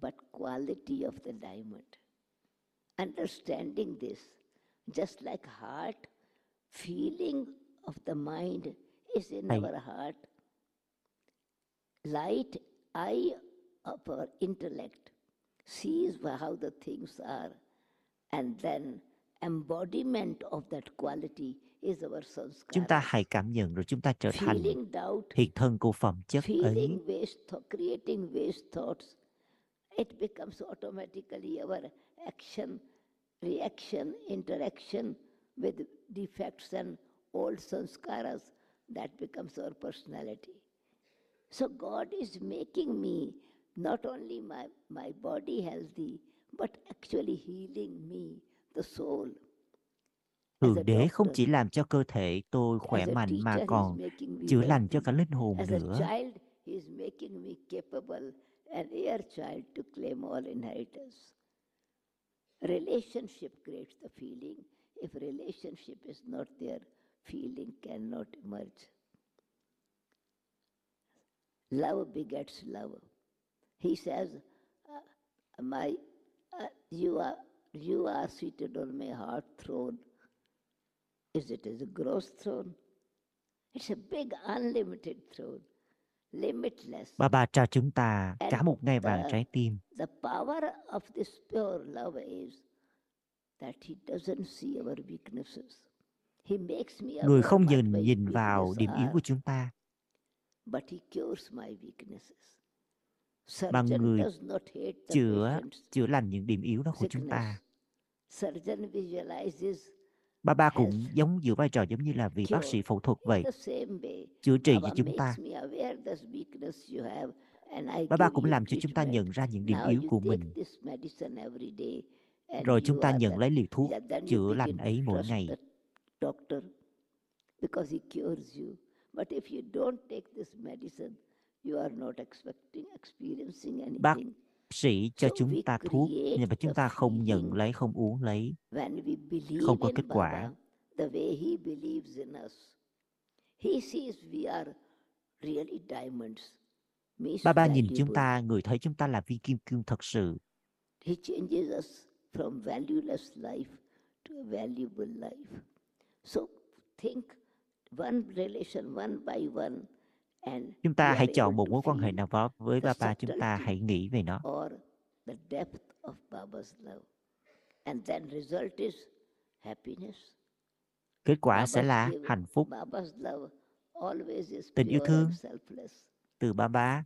Speaker 1: but quality of the diamond. Understanding this, just like heart, feeling of the mind is in
Speaker 2: Thầy-
Speaker 1: our heart. Light eye of our intellect sees wha- how the things are, and then embodiment of that quality is our
Speaker 2: chúng ta
Speaker 1: sanskara.
Speaker 2: hãy cảm nhận rồi chúng ta trở thành
Speaker 1: Feeling doubt
Speaker 2: hiện thân của phẩm chất ấy
Speaker 1: feeling waste, tho- creating waste thoughts, it becomes automatically our action, reaction, interaction with defects and old sanskaras that becomes our personality. So God is making me not only my, my body healthy, but actually healing me, the soul. As a
Speaker 2: thượng đế không
Speaker 1: doctor,
Speaker 2: chỉ làm cho cơ thể tôi khỏe
Speaker 1: as a
Speaker 2: mạnh mà
Speaker 1: teacher, he is
Speaker 2: còn
Speaker 1: making me
Speaker 2: chữa lành cho
Speaker 1: wealthy.
Speaker 2: cả linh hồn
Speaker 1: As a
Speaker 2: nữa
Speaker 1: child, he is making me capable, an heir child to claim all inheritance. Relationship creates the feeling. If relationship is not there, feeling cannot emerge. Love begets love. He says, uh, "My, uh, you are you are seated on my heart throne. Is it is a gross throne? It's a big, unlimited throne, limitless."
Speaker 2: ba ba cho chúng ta cả
Speaker 1: And
Speaker 2: một ngai vàng
Speaker 1: the-
Speaker 2: trái tim
Speaker 1: The power of this pure love is that he doesn't see our weaknesses. He makes me
Speaker 2: người
Speaker 1: aware
Speaker 2: không
Speaker 1: what
Speaker 2: nhìn
Speaker 1: my
Speaker 2: nhìn vào
Speaker 1: weakness
Speaker 2: điểm yếu
Speaker 1: are,
Speaker 2: của chúng ta
Speaker 1: but he cures my weaknesses.
Speaker 2: Mà
Speaker 1: Surgeon
Speaker 2: người
Speaker 1: does not hate the
Speaker 2: chữa
Speaker 1: patient's
Speaker 2: chữa lành những điểm yếu đó của chúng
Speaker 1: sickness.
Speaker 2: ta
Speaker 1: Surgeon visualizes
Speaker 2: ba ba cũng
Speaker 1: health
Speaker 2: giống giữ vai trò giống như là vị bác
Speaker 1: cure.
Speaker 2: sĩ phẫu thuật
Speaker 1: In
Speaker 2: vậy
Speaker 1: the same way,
Speaker 2: chữa trị cho
Speaker 1: Baba
Speaker 2: chúng ta
Speaker 1: makes me aware this weakness you have, and I
Speaker 2: ba ba
Speaker 1: give
Speaker 2: cũng
Speaker 1: you
Speaker 2: làm cho chúng ta
Speaker 1: treatment.
Speaker 2: nhận ra những điểm
Speaker 1: Now
Speaker 2: yếu
Speaker 1: you
Speaker 2: của
Speaker 1: take
Speaker 2: mình
Speaker 1: this medicine every day, and
Speaker 2: rồi
Speaker 1: you
Speaker 2: chúng ta
Speaker 1: are
Speaker 2: nhận
Speaker 1: the,
Speaker 2: lấy liều thuốc
Speaker 1: yeah, then you
Speaker 2: chữa lành
Speaker 1: begin to
Speaker 2: ấy mỗi
Speaker 1: trust
Speaker 2: ngày
Speaker 1: the doctor because he cures you. But if you don't take this medicine, you are not expecting experiencing
Speaker 2: Bác
Speaker 1: anything.
Speaker 2: sĩ cho
Speaker 1: So
Speaker 2: chúng
Speaker 1: we
Speaker 2: ta thuốc
Speaker 1: create
Speaker 2: nhưng mà chúng
Speaker 1: the
Speaker 2: ta không nhận
Speaker 1: feeling
Speaker 2: lấy không uống lấy
Speaker 1: when we
Speaker 2: không
Speaker 1: believe
Speaker 2: có
Speaker 1: in
Speaker 2: kết quả
Speaker 1: Baba, the way he believes in us, he sees we are really diamonds, means
Speaker 2: ba ba nhìn chúng
Speaker 1: valuable.
Speaker 2: ta người thấy chúng ta là viên kim cương thật sự
Speaker 1: He changes us from valueless life to a valuable life. So think one relation, one by one, and
Speaker 2: chúng
Speaker 1: we
Speaker 2: ta
Speaker 1: are
Speaker 2: hãy chọn
Speaker 1: able
Speaker 2: một
Speaker 1: to
Speaker 2: mối quan hệ
Speaker 1: feel
Speaker 2: nào đó với
Speaker 1: the
Speaker 2: ba ba chúng ta
Speaker 1: subtlety
Speaker 2: hãy nghĩ về nó
Speaker 1: or the depth of Baba's love. And then result is happiness.
Speaker 2: Kết quả sẽ
Speaker 1: Baba's
Speaker 2: là
Speaker 1: given-
Speaker 2: hạnh phúc
Speaker 1: Baba's love always is
Speaker 2: Tình yêu
Speaker 1: pure and
Speaker 2: thương.
Speaker 1: selfless.
Speaker 2: từ ba ba.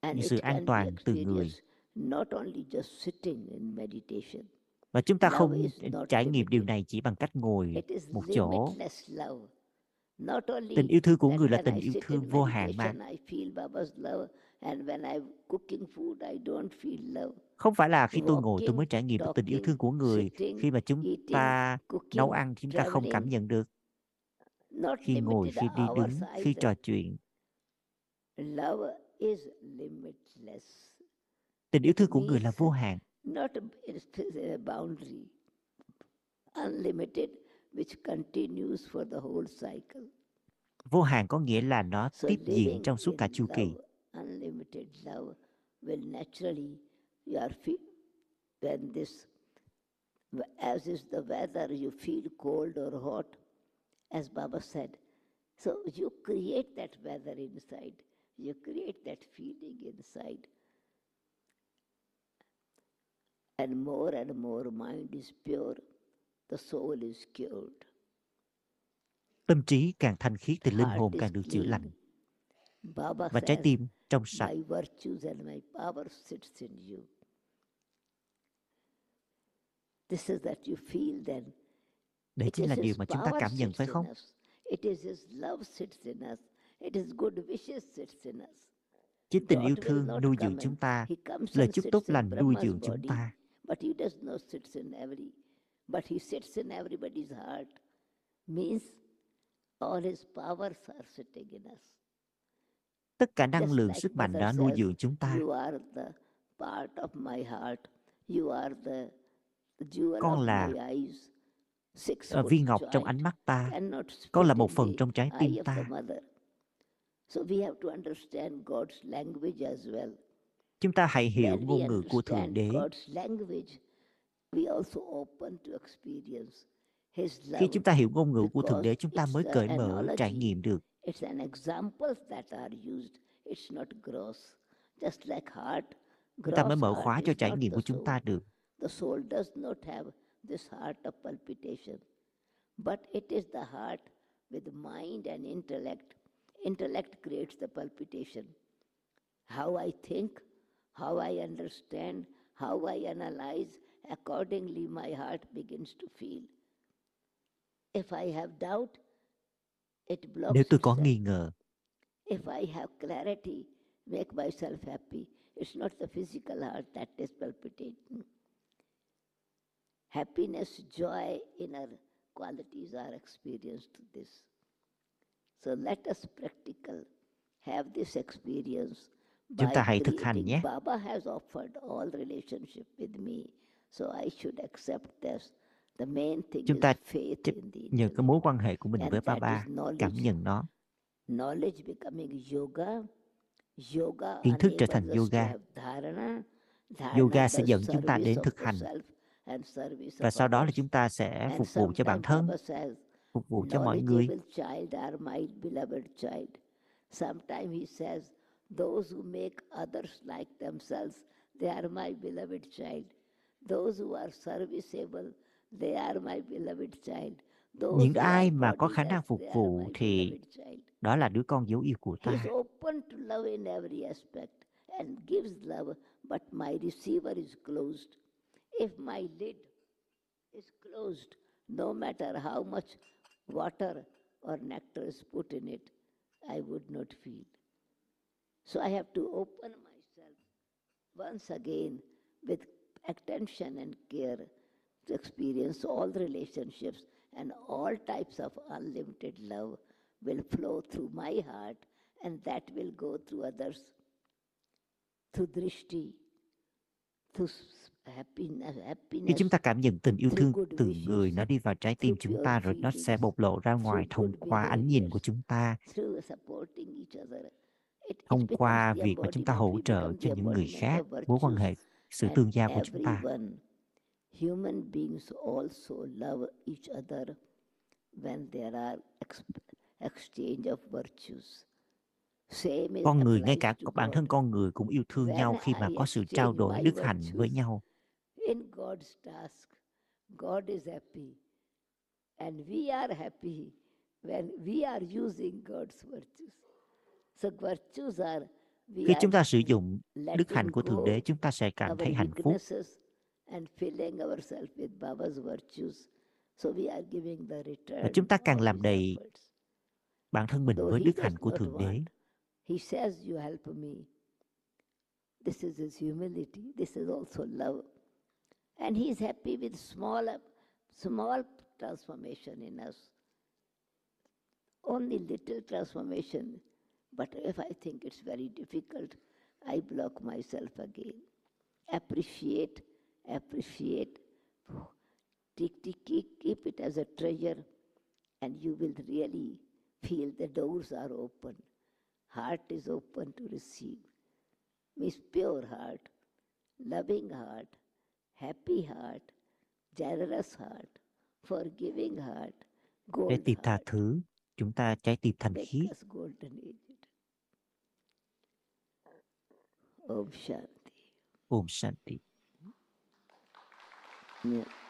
Speaker 1: And
Speaker 2: Những
Speaker 1: it
Speaker 2: sự an
Speaker 1: can be
Speaker 2: toàn từ người.
Speaker 1: experienced Not only just sitting in meditation.
Speaker 2: Và chúng ta
Speaker 1: Love
Speaker 2: không
Speaker 1: is not
Speaker 2: trải nghiệm điều
Speaker 1: limited.
Speaker 2: này chỉ bằng cách ngồi.
Speaker 1: It is
Speaker 2: một chỗ.
Speaker 1: limitless love. Not only
Speaker 2: Tình yêu thương của
Speaker 1: that
Speaker 2: người là
Speaker 1: when
Speaker 2: tình
Speaker 1: I
Speaker 2: yêu
Speaker 1: sit
Speaker 2: thương
Speaker 1: in
Speaker 2: vô hạn mà.
Speaker 1: meditation, I feel Baba's love and when I'm cooking food I don't feel love.
Speaker 2: Không phải là khi tôi ngồi tôi mới
Speaker 1: Walking,
Speaker 2: trải nghiệm được tình yêu
Speaker 1: talking,
Speaker 2: thương của người.
Speaker 1: sitting,
Speaker 2: Khi mà chúng
Speaker 1: eating,
Speaker 2: ta
Speaker 1: cooking,
Speaker 2: nấu ăn chúng ta không cảm
Speaker 1: traveling,
Speaker 2: nhận được.
Speaker 1: not
Speaker 2: Khi ngồi,
Speaker 1: limited
Speaker 2: khi đi
Speaker 1: hours
Speaker 2: đứng, khi
Speaker 1: either.
Speaker 2: trò chuyện.
Speaker 1: Love is limitless.
Speaker 2: Tình yêu thương của người
Speaker 1: means
Speaker 2: là vô hạn.
Speaker 1: not a, it is a boundary, unlimited, which continues for the whole cycle.
Speaker 2: Vô hạn có nghĩa là nó
Speaker 1: So
Speaker 2: tiếp diễn
Speaker 1: living
Speaker 2: trong suốt
Speaker 1: in
Speaker 2: cả chu kỳ.
Speaker 1: love, Unlimited love will naturally you are fe- when this as is the weather you feel cold or hot, as Baba said. So you create that weather inside. You create that feeling inside. And more and more mind is pure, the soul is cured.
Speaker 2: Tâm trí càng thanh khiết thì linh
Speaker 1: heart
Speaker 2: hồn
Speaker 1: is
Speaker 2: càng được chữa
Speaker 1: clean.
Speaker 2: lành.
Speaker 1: Baba
Speaker 2: Và trái
Speaker 1: says,
Speaker 2: tim trong sạch.
Speaker 1: My virtues and my power sits in you. This is that you feel then.
Speaker 2: Đấy
Speaker 1: It
Speaker 2: chính
Speaker 1: is
Speaker 2: là
Speaker 1: his
Speaker 2: điều mà chúng ta
Speaker 1: power
Speaker 2: cảm nhận
Speaker 1: sits
Speaker 2: phải
Speaker 1: in
Speaker 2: không?
Speaker 1: us. It is his love sits in us. It is good wishes sits in us.
Speaker 2: Chính tình
Speaker 1: God
Speaker 2: yêu
Speaker 1: will
Speaker 2: thương
Speaker 1: not
Speaker 2: nuôi
Speaker 1: come
Speaker 2: dưỡng
Speaker 1: and-
Speaker 2: chúng ta.
Speaker 1: He comes
Speaker 2: Lời
Speaker 1: and
Speaker 2: chúc
Speaker 1: sits
Speaker 2: tốt
Speaker 1: in
Speaker 2: lành nuôi
Speaker 1: Brahma's
Speaker 2: dưỡng chúng
Speaker 1: body,
Speaker 2: ta.
Speaker 1: But he does not sits in every. But he sits in everybody's heart. Means all his powers are sitting in us.
Speaker 2: Tất cả năng
Speaker 1: Just
Speaker 2: lượng
Speaker 1: like
Speaker 2: sức mạnh
Speaker 1: Buddha
Speaker 2: đã nuôi
Speaker 1: says,
Speaker 2: dưỡng chúng ta.
Speaker 1: You are the part of my heart. You are the jewel
Speaker 2: Con
Speaker 1: of
Speaker 2: là,
Speaker 1: my eyes. Six
Speaker 2: Ờ,
Speaker 1: foot
Speaker 2: viên ngọc trong
Speaker 1: giant
Speaker 2: ánh mắt ta.
Speaker 1: cannot
Speaker 2: Con là
Speaker 1: spit
Speaker 2: một
Speaker 1: in
Speaker 2: phần
Speaker 1: the
Speaker 2: trong trái tim
Speaker 1: eye of the
Speaker 2: ta.
Speaker 1: mother. So we have to understand God's language as well.
Speaker 2: Chúng ta hãy hiểu
Speaker 1: When we
Speaker 2: ngôn ngữ của Thượng
Speaker 1: understand
Speaker 2: Đế.
Speaker 1: God's language, we also open to experience His
Speaker 2: Khi
Speaker 1: love.
Speaker 2: chúng ta hiểu ngôn ngữ của Thượng
Speaker 1: because
Speaker 2: Đế, chúng ta
Speaker 1: it's
Speaker 2: mới
Speaker 1: the
Speaker 2: cởi mở, trải
Speaker 1: analogy.
Speaker 2: nghiệm được.
Speaker 1: It's an examples that are used. It's not gross. Just like heart,
Speaker 2: Chúng ta mới
Speaker 1: gross
Speaker 2: mở
Speaker 1: heart
Speaker 2: khóa cho
Speaker 1: is
Speaker 2: trải
Speaker 1: not
Speaker 2: nghiệm
Speaker 1: the
Speaker 2: của chúng ta
Speaker 1: soul.
Speaker 2: được.
Speaker 1: The soul does not have this heart of palpitation, but it is the heart with mind and intellect. Intellect creates the palpitation. How I think, how I understand, how I analyze, accordingly my heart begins to feel. If I have doubt, it blocks
Speaker 2: Nếu tôi có
Speaker 1: itself.
Speaker 2: nghi ngờ,
Speaker 1: If I have clarity, make myself happy. It's not the physical heart that is palpitating. Happiness, joy, inner qualities are experienced through this. So let us practical have this experience.
Speaker 2: Chúng
Speaker 1: by
Speaker 2: ta hãy thực hành
Speaker 1: creating-
Speaker 2: nhé.
Speaker 1: Baba has offered all relationship with me, so I should accept this. The main thing
Speaker 2: Chúng
Speaker 1: is
Speaker 2: ta
Speaker 1: faith
Speaker 2: chấp
Speaker 1: in the
Speaker 2: nhờ cái
Speaker 1: intellect.
Speaker 2: mối quan hệ của mình
Speaker 1: And
Speaker 2: với
Speaker 1: that
Speaker 2: Baba,
Speaker 1: is knowledge.
Speaker 2: cảm nhận nó.
Speaker 1: knowledge becoming yoga yoga
Speaker 2: Kiến thức trở
Speaker 1: enables
Speaker 2: thành
Speaker 1: us to
Speaker 2: yoga.
Speaker 1: have dharana
Speaker 2: Yoga
Speaker 1: Dharana
Speaker 2: sẽ
Speaker 1: does
Speaker 2: dẫn chúng ta
Speaker 1: service
Speaker 2: đến
Speaker 1: of
Speaker 2: thực
Speaker 1: the
Speaker 2: hành.
Speaker 1: self and service
Speaker 2: Và
Speaker 1: of
Speaker 2: sau đó là
Speaker 1: others.
Speaker 2: chúng ta sẽ
Speaker 1: And
Speaker 2: phục vụ cho bản
Speaker 1: sometimes
Speaker 2: thân,
Speaker 1: Baba says,
Speaker 2: phục vụ cho mọi người.
Speaker 1: knowledgeable child are my beloved child sometimes he says those who make others like themselves they are my beloved child those who are serviceable they are my beloved child those
Speaker 2: Những
Speaker 1: who are
Speaker 2: ai mà có khả
Speaker 1: bodiless,
Speaker 2: năng phục
Speaker 1: they are
Speaker 2: vụ
Speaker 1: my
Speaker 2: thì
Speaker 1: beloved child
Speaker 2: Đó là đứa con dấu yêu của
Speaker 1: He's
Speaker 2: ta.
Speaker 1: open to love in every aspect and gives love, but my receiver is closed. If my lid is closed, no matter how much water or nectar is put in it, I would not feel. So I have to open myself once again with attention and care to experience all relationships and all types of unlimited love will flow through my heart and that will go through others through drishti through s- happiness
Speaker 2: Khi chúng
Speaker 1: happiness
Speaker 2: ta cảm nhận tình yêu
Speaker 1: through
Speaker 2: thương
Speaker 1: good
Speaker 2: từ người, nó
Speaker 1: wishes,
Speaker 2: đi vào trái tim
Speaker 1: through
Speaker 2: chúng
Speaker 1: pure
Speaker 2: ta rồi nó sẽ
Speaker 1: feelings,
Speaker 2: bộc lộ ra
Speaker 1: through
Speaker 2: ngoài thông
Speaker 1: good
Speaker 2: qua ánh nhìn của
Speaker 1: behaviors,
Speaker 2: chúng ta,
Speaker 1: through supporting each other it, it
Speaker 2: thông
Speaker 1: becomes
Speaker 2: qua
Speaker 1: the
Speaker 2: việc mà chúng ta
Speaker 1: embodiment
Speaker 2: hỗ
Speaker 1: we
Speaker 2: trợ
Speaker 1: become the
Speaker 2: cho những người
Speaker 1: embodiment
Speaker 2: khác,
Speaker 1: of
Speaker 2: mối quan
Speaker 1: virtues
Speaker 2: hệ, sự
Speaker 1: and
Speaker 2: tương giao của chúng ta.
Speaker 1: everyone, human beings also love each other when there are ex- exchange of virtues. Same is
Speaker 2: Con người, ngay
Speaker 1: applies
Speaker 2: cả
Speaker 1: to
Speaker 2: bản thân
Speaker 1: God.
Speaker 2: con người cũng yêu thương nhau
Speaker 1: When
Speaker 2: khi mà
Speaker 1: I
Speaker 2: có sự trao
Speaker 1: exchange
Speaker 2: đổi
Speaker 1: my
Speaker 2: đức hạnh với
Speaker 1: virtues
Speaker 2: nhau.
Speaker 1: in God's task, God is happy. And we are happy when we are using God's virtues. So virtues are we
Speaker 2: Khi
Speaker 1: are
Speaker 2: chúng ta sử dụng đức hạnh
Speaker 1: letting
Speaker 2: của Thượng
Speaker 1: go
Speaker 2: Đế, chúng ta sẽ cảm
Speaker 1: our
Speaker 2: thấy hạnh phúc.
Speaker 1: weaknesses and filling ourselves with Baba's virtues. So we are giving the return.
Speaker 2: chúng ta càng
Speaker 1: of
Speaker 2: làm
Speaker 1: his
Speaker 2: đầy
Speaker 1: efforts.
Speaker 2: Bản thân mình
Speaker 1: Though
Speaker 2: với
Speaker 1: he
Speaker 2: đức
Speaker 1: does
Speaker 2: hạnh của
Speaker 1: not
Speaker 2: Thượng
Speaker 1: want.
Speaker 2: Đế.
Speaker 1: He says, You help me. This is his humility. This is also love. And he is happy with small, uh, small transformation in us. Only little transformation. But if I think it's very difficult, I block myself again. Appreciate, appreciate. Take, take, keep, keep it as a treasure, and you will really feel the doors are open. Heart is open to receive. Means pure heart, loving heart, happy heart, generous heart, forgiving heart,
Speaker 2: Trái
Speaker 1: golden
Speaker 2: tim tha
Speaker 1: heart.
Speaker 2: thứ, chúng ta trái tim thành
Speaker 1: Make
Speaker 2: khiết.
Speaker 1: us golden aged. Om Shanti.
Speaker 2: Om Shanti.
Speaker 1: Yeah.